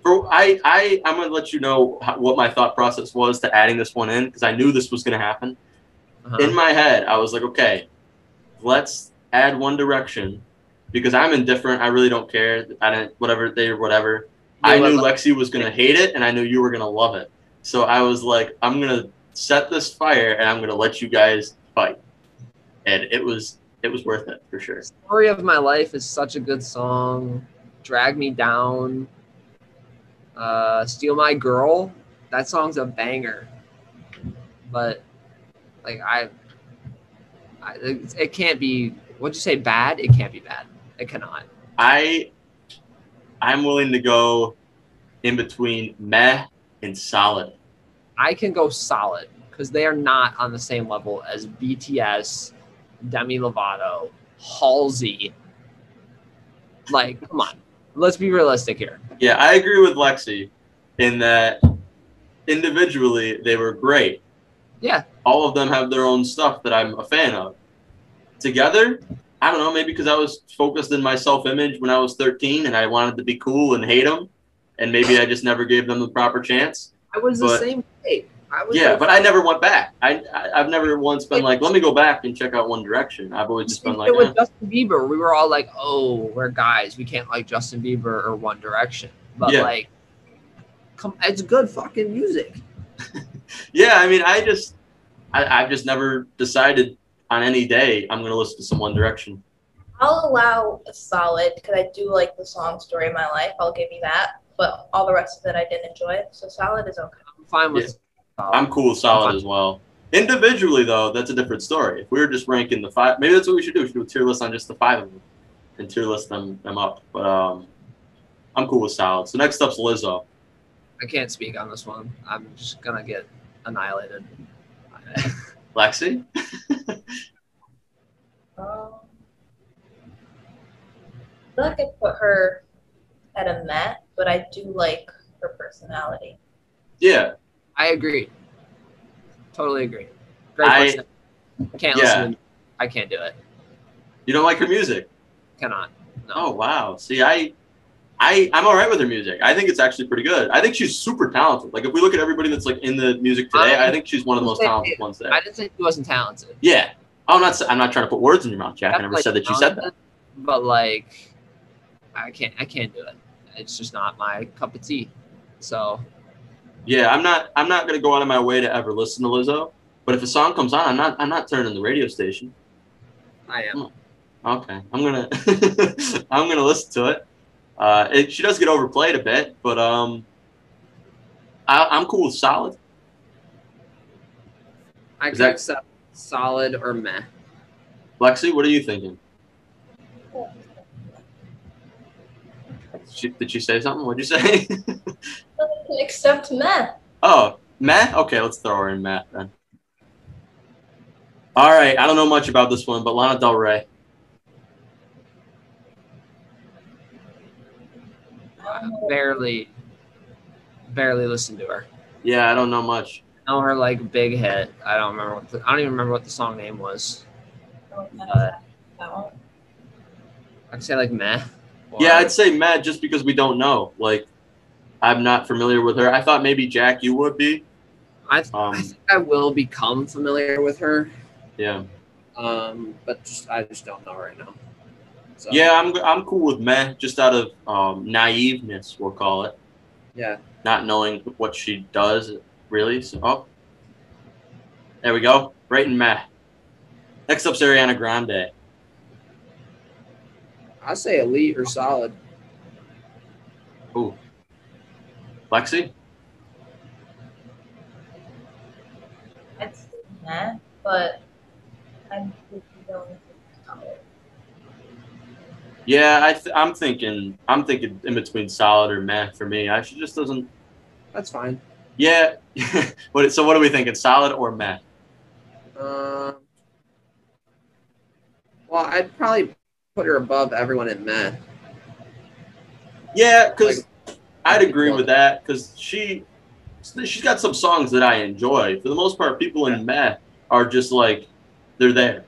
for I I I'm gonna let you know how, what my thought process was to adding this one in because I knew this was gonna happen. Uh-huh. in my head, I was like, okay, let's add One Direction because I'm indifferent. I really don't care. I didn't, whatever they or whatever. I Yeah, knew like- Lexi was gonna hate it, and I knew you were gonna love it. So I was like, I'm gonna set this fire, and I'm gonna let you guys fight. And it was it was worth it for sure. Story of My Life is such a good song. Drag Me Down. Uh, Steal My Girl. That song's a banger. But like I, I it, it can't be. What'd you say? Bad? It can't be bad. It cannot. I I'm willing to go in between meh and solid. I can go solid because they are not on the same level as BTS, Demi Lovato, Halsey. Like, come on. Let's be realistic here. Yeah, I agree with Lexi in that individually they were great. Yeah. All of them have their own stuff that I'm a fan of. Together, I don't know, maybe because I was focused in my self image when I was 13 and I wanted to be cool and hate them. And maybe I just never gave them the proper chance. I was the But- same way. I was Yeah, like- but I never went back. I, I, I've never once been like, let me go back and check out One Direction. I've always just been like, It was eh. Justin Bieber. We were all like, "Oh, we're guys. We can't like Justin Bieber or One Direction." But Yeah. like, come, it's good fucking music. yeah, I mean, I just, I, I've just never decided on any day I'm going to listen to some One Direction. I'll allow a solid because I do like the song "Story of My Life." I'll give you that, but all the rest of it I didn't enjoy. So solid is okay. I'm fine with. Oh, I'm cool with solid as well. Individually, though, that's a different story. If we were just ranking the five, maybe that's what we should do. We should do a tier list on just the five of them and tier list them, them up. But um, I'm cool with solid. So next up's Lizzo. I can't speak on this one. I'm just gonna get annihilated. Lexi? Um, I feel like I put her at a met, but I do like her personality. Yeah. I agree. Totally agree. Great I- person. Can't Yeah. listen. To, I can't do it. You don't like her music? Cannot. No. Oh, wow. See, I. I, I'm all right with her music. I think it's actually pretty good. I think she's super talented. Like if we look at everybody that's like in the music today, Um, I think she's one of the most talented ones there. I didn't say she wasn't talented. Yeah. I'm not. s- I'm not trying to put words in your mouth, Jack. I That's, never like, said that you said that. talented, But like, I can't. I can't do it. It's just not my cup of tea. So Yeah, I'm not. I'm not gonna go out of my way to ever listen to Lizzo. But if a song comes on, I'm not. I'm not turning the radio station. I am. Okay, I'm gonna. I'm gonna listen to it. Uh, it. She does get overplayed a bit, but um, I, I'm cool with solid. I Is could that- accept solid or meh. Lexi, what are you thinking? She, did she say something? What'd you say? Except met. Oh, Matt? Okay, let's throw her in Matt then. All right, I don't know much about this one, but Lana Del Rey. I barely, barely listened to her. Yeah, I don't know much. I know her like big hit. I don't remember what the, I don't even remember what the song name was. I could say like meh. or- Yeah, I'd say Matt just because we don't know. Like, I'm not familiar with her. I thought maybe Jack, you would be. I, th- Um, I think I will become familiar with her, Yeah, um, but just I just don't know right now. So, yeah, I'm I'm cool with Matt just out of um, naiveness, we'll call it, yeah. not knowing what she does really. So, oh, there we go, right in Matt. Next up's Ariana Grande. I say elite or solid. Ooh. Lexi? I'd say that, but I'm thinking going to solid. Yeah, I th- I'm thinking I'm thinking in between solid or meh for me. I she just doesn't. That's fine. Yeah. what? So what are we thinking? Solid or meh? Uh, Um, well, I'd probably put her above everyone in meh. Yeah, because I'd agree with that. Because she she's got some songs that I enjoy. For the most part, people in meh are just like they're there,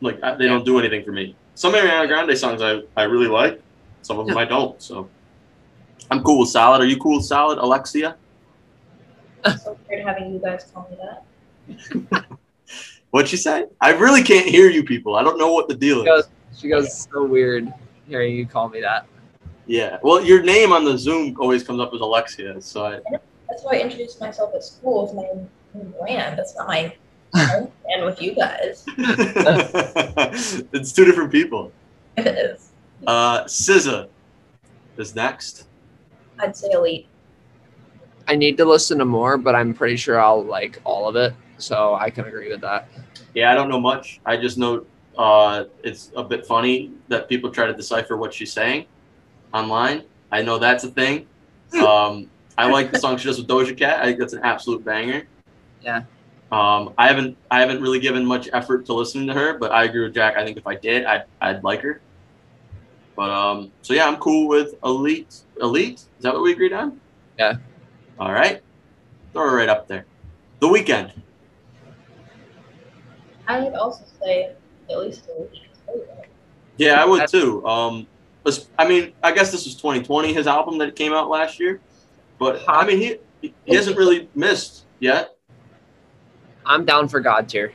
like I, they don't do anything for me. Some Ariana Grande songs I I really like. Some of them I don't. So I'm cool with solid. Are you cool with solid, Alexia? So weird having you guys call me that. What'd you say? I really can't hear you people. I don't know what the deal She is. goes, she goes so weird hearing you call me that. Yeah. Well, your name on the Zoom always comes up as Alexia, so I, That's why I introduced myself at school with my new brand. That's not my brand with you guys. it's two different people. It is. Uh, SZA is next. I'd say elite. I need to listen to more, but I'm pretty sure I'll like all of it. So I can agree with that. Yeah, I don't know much. I just know uh, it's a bit funny that people try to decipher what she's saying online. I know that's a thing. Um, I like the song she does with Doja Cat. I think that's an absolute banger. Yeah. Um, I haven't I haven't really given much effort to listening to her, but I agree with Jack. I think if I did, I'd, I'd like her. But um, so yeah, I'm cool with Elite. Elite is that what we agreed on? Yeah. All right. Throw her right up there. The weekend. I would also say at least elite. Yeah, I would That's- too. Um, but- I mean, I guess this was 2020, his album that came out last year. But I mean, he he hasn't really missed yet. I'm down for God tier.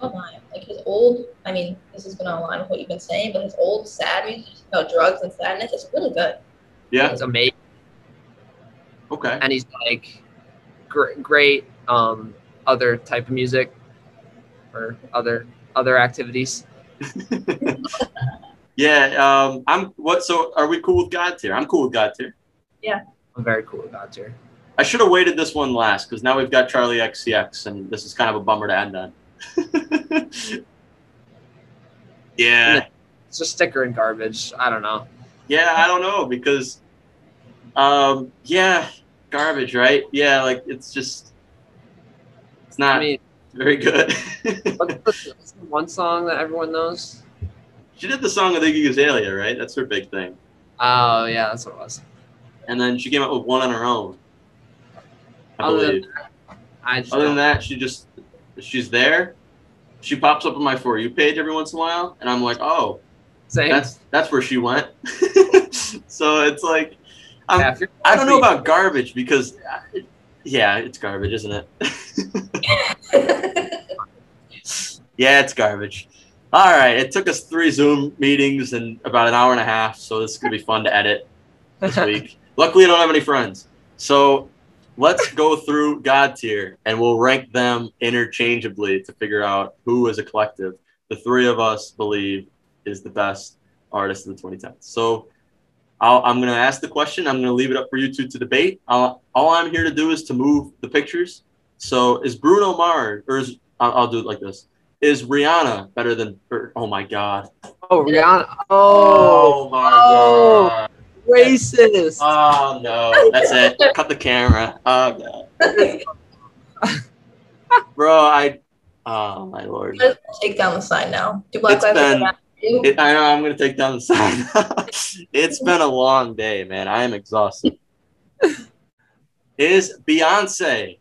Oh my. Like his old, I mean, this is going to align with what you've been saying, but his old sad music about drugs and sadness is really good. Yeah. It's amazing. Okay. And he's like gr- great um, other type of music or other other activities. Yeah. Um, I'm what? So are we cool with God tier? I'm cool with God tier. I'm very cool with God tier. I should have waited this one last because now we've got Charlie XCX, and this is kind of a bummer to end on. yeah. It's just sticker and garbage. I don't know. Yeah, I don't know because, um, yeah, garbage, right? Yeah, like it's just, it's not. I mean, Very good. what's the, what's the one song that everyone knows? she did the song with Iggy Azalea, right? That's her big thing. Oh yeah, that's what it was. And then she came out with one on her own. I Other than believe. I just Other than don't- that, she just she's there. She pops up on my for you page every once in a while, and I'm like, oh, same. that's that's where she went. so it's like I'm- Yeah, if you're- I don't know about garbage because, I, yeah, it's garbage, isn't it? yeah, it's garbage. All right, it took us three Zoom meetings and about an hour and a half, so this is gonna be fun to edit. this week. Luckily, I don't have any friends. So let's go through God tier and we'll rank them interchangeably to figure out who, as a collective, the three of us believe is the best artist of the 2010s. So I'll, I'm going to ask the question. I'm going to leave it up for you two to debate. Uh, all I'm here to do is to move the pictures. So is Bruno Mars, or is, I'll, I'll do it like this. Is Rihanna better than? Or, oh my God! Oh Rihanna. Oh, my Oh. racist. Oh no, that's it. Cut the camera. Oh no. bro, I. Oh my lord. Let's take down the sign now. Do Black It's Lives been- Matter? do? It, I know I'm gonna take down the sign. it's been a long day, man. I am exhausted. Is Beyonce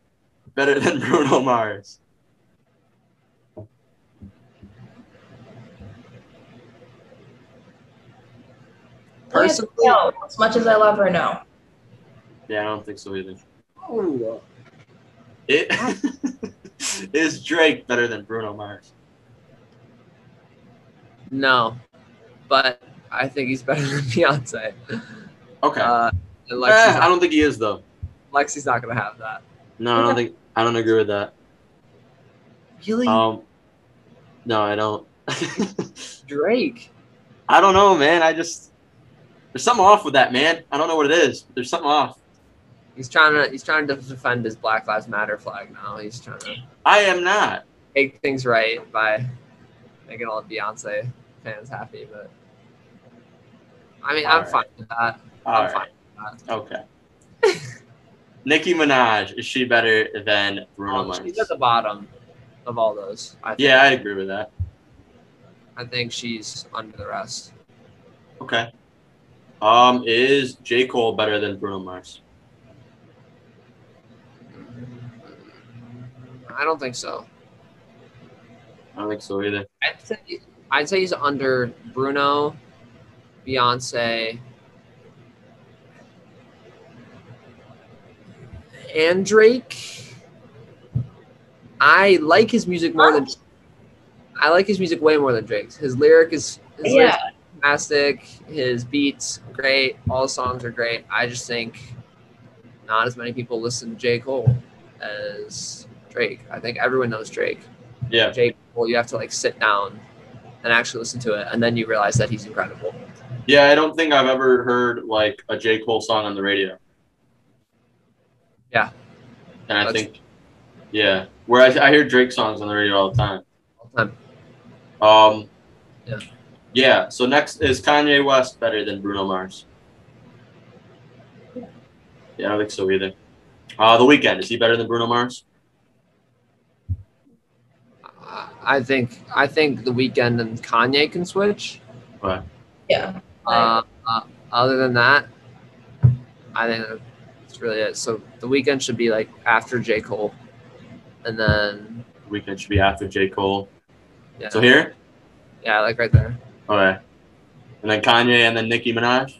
better than Bruno Mars? Personally, No, as much as I love her, no. Yeah, I don't think so either. Oh, It is Drake better than Bruno Mars? no. But I think he's better than Beyonce. Okay. Uh, and Lexi's, Eh, I not, don't think he is though. Lexi's not gonna have that. No, I don't think I don't agree with that. Really? Um, No, I don't. Drake. I don't know, man. I just there's something off with that, man. I don't know what it is. But there's something off. He's trying to he's trying to defend his Black Lives Matter flag now. He's trying to I am not. make things right by making all the Beyonce fans happy, but I mean I'm Alright. fine with that. All I'm right. fine. Okay. Nicki Minaj is she better than Bruno Um, she's Mars? at the bottom of all those. I think. Yeah, I agree with that. I think she's under the rest. Okay. Um, is J Cole better than Bruno Mars? I don't think so. I don't think so either. I'd say I'd say he's under Bruno, Beyonce, and Drake. I like his music more than I like his music way more than Drake's. His lyric is his Yeah. lyrics are fantastic. His beats great. All the songs are great. I just think not as many people listen to J Cole as Drake. I think everyone knows Drake. Yeah. Jake, well, you have to like sit down and actually listen to it, and then you realize that he's incredible. Yeah, I don't think I've ever heard like a J Cole song on the radio. Yeah. And I That's- think, yeah, where I, I hear Drake songs on the radio all the time. All time. Um, Yeah. yeah, So next is Kanye West better than Bruno Mars? Yeah, I don't think so either. Uh, the Weekend is he better than Bruno Mars? I- I think I think the weekend and Kanye can switch. Yeah. Uh, uh, other than that, I think that's really it. So the weekend should be like after J Cole, and then The Weekend should be after J Cole. yeah, So here, yeah, like right there. okay, and then Kanye and then Nicki Minaj.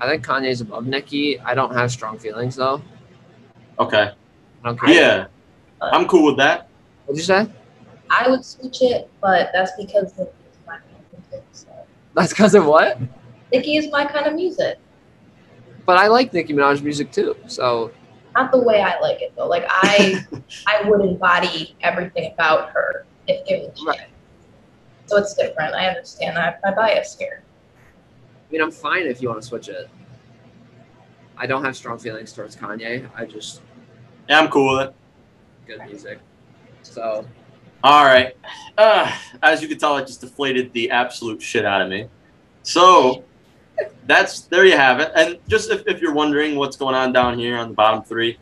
I think Kanye's above Nicki. I don't have strong feelings though. Okay, I don't care. yeah, I'm cool with that. What'd you say? I would switch it, but that's because Nikki is my kind of music. So. That's because of what? Nikki is my kind of music. But I like Nicki Minaj's music too. So Not the way I like it though. Like I, I would embody everything about her if it was. Right. So it's different. I understand. I have my bias here. I mean, I'm fine if you want to switch it. I don't have strong feelings towards Kanye. I just Yeah, I'm cool with it. good music. So All right. Uh, as you can tell, I just deflated the absolute shit out of me. So that's there you have it. And just if, if you're wondering what's going on down here on the bottom three,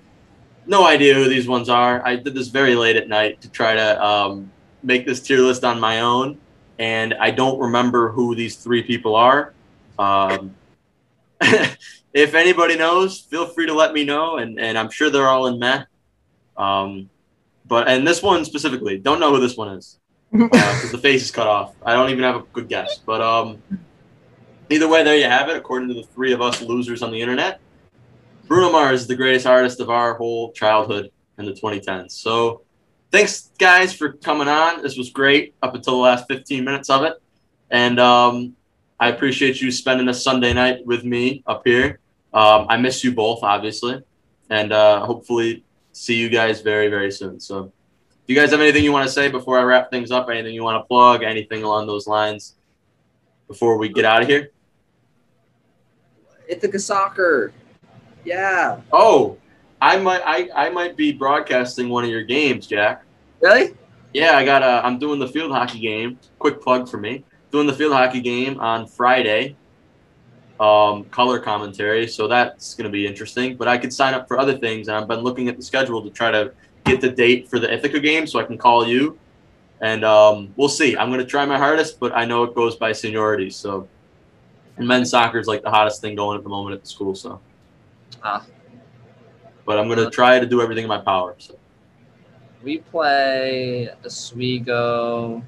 no idea who these ones are. I did this very late at night to try to um, make this tier list on my own, and I don't remember who these three people are. Um, if anybody knows, feel free to let me know, and, and I'm sure they're all in meh. Um, but and this one specifically, don't know who this one is because the face is cut off. I don't even have a good guess. But um, either way, there you have it. According to the three of us losers on the internet, Bruno Mars is the greatest artist of our whole childhood in the 2010s. So thanks, guys, for coming on. This was great up until the last 15 minutes of it, and um, I appreciate you spending a Sunday night with me up here. Um, I miss you both, obviously, and uh, hopefully see you guys very, very soon. So, do you guys have anything you want to say before I wrap things up? Anything you want to plug? Anything along those lines before we get out of here? Ithaca soccer. Yeah. Oh, I might, I, I might be broadcasting one of your games, Jack. Really? Yeah, I got. uh, I'm doing the field hockey game. Quick plug for me. Doing the field hockey game on Friday. Um, color commentary, so that's going to be interesting. But I could sign up for other things, and I've been looking at the schedule to try to get the date for the Ithaca game, so I can call you. And um, we'll see. I'm going to try my hardest, but I know it goes by seniority. So, and men's soccer is like the hottest thing going at the moment at the school. So, Ah. but I'm going to try to do everything in my power. So. We play Oswego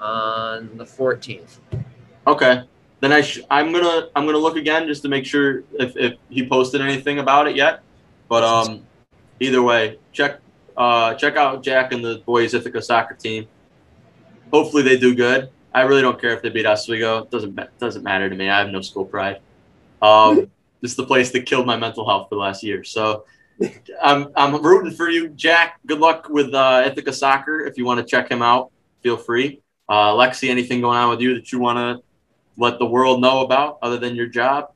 on the 14th. Okay. Then I sh- I'm gonna I'm gonna look again just to make sure if, if he posted anything about it yet. But um, either way, check uh check out Jack and the boys Ithaca soccer team. Hopefully they do good. I really don't care if they beat Oswego. It doesn't ma- doesn't matter to me. I have no school pride. Um, this is the place that killed my mental health for the last year. So I'm, I'm rooting for you, Jack. Good luck with uh, Ithaca Soccer. If you want to check him out, feel free. Uh, Lexi, anything going on with you that you want to let the world know about other than your job?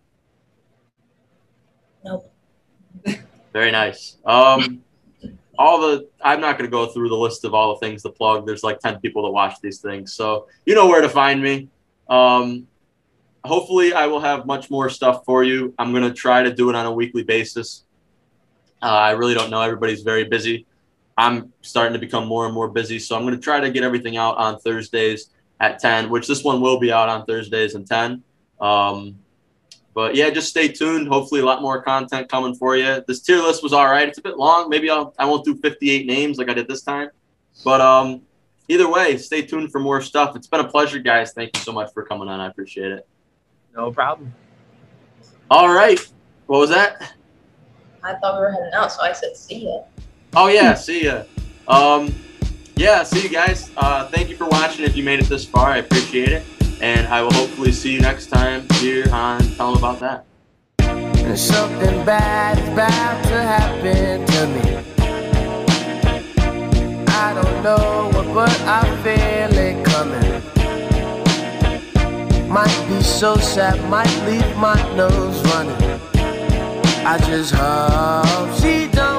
Nope. Very nice. Um, all the I'm not going to go through the list of all the things to plug. There's like ten people that watch these things, so you know where to find me. Um, hopefully, I will have much more stuff for you. I'm going to try to do it on a weekly basis. Uh, I really don't know. Everybody's very busy. I'm starting to become more and more busy, so I'm going to try to get everything out on Thursdays at 10, which this one will be out on Thursdays and 10. Um, but yeah, just stay tuned. Hopefully, a lot more content coming for you. This tier list was all right. It's a bit long. Maybe I'll, I won't do 58 names like I did this time. But um, either way, stay tuned for more stuff. It's been a pleasure, guys. Thank you so much for coming on. I appreciate it. No problem. All right. What was that? I thought we were heading out, so I said, see ya. Oh, yeah. See ya. Um, yeah, see you guys. Uh, thank you for watching. If you made it this far, I appreciate it. And I will hopefully see you next time here on Tell 'Em About That. And something bad's about to happen to me. I don't know what, but I feel it coming. Might be so sad, might leave my nose running. I just hope she don't.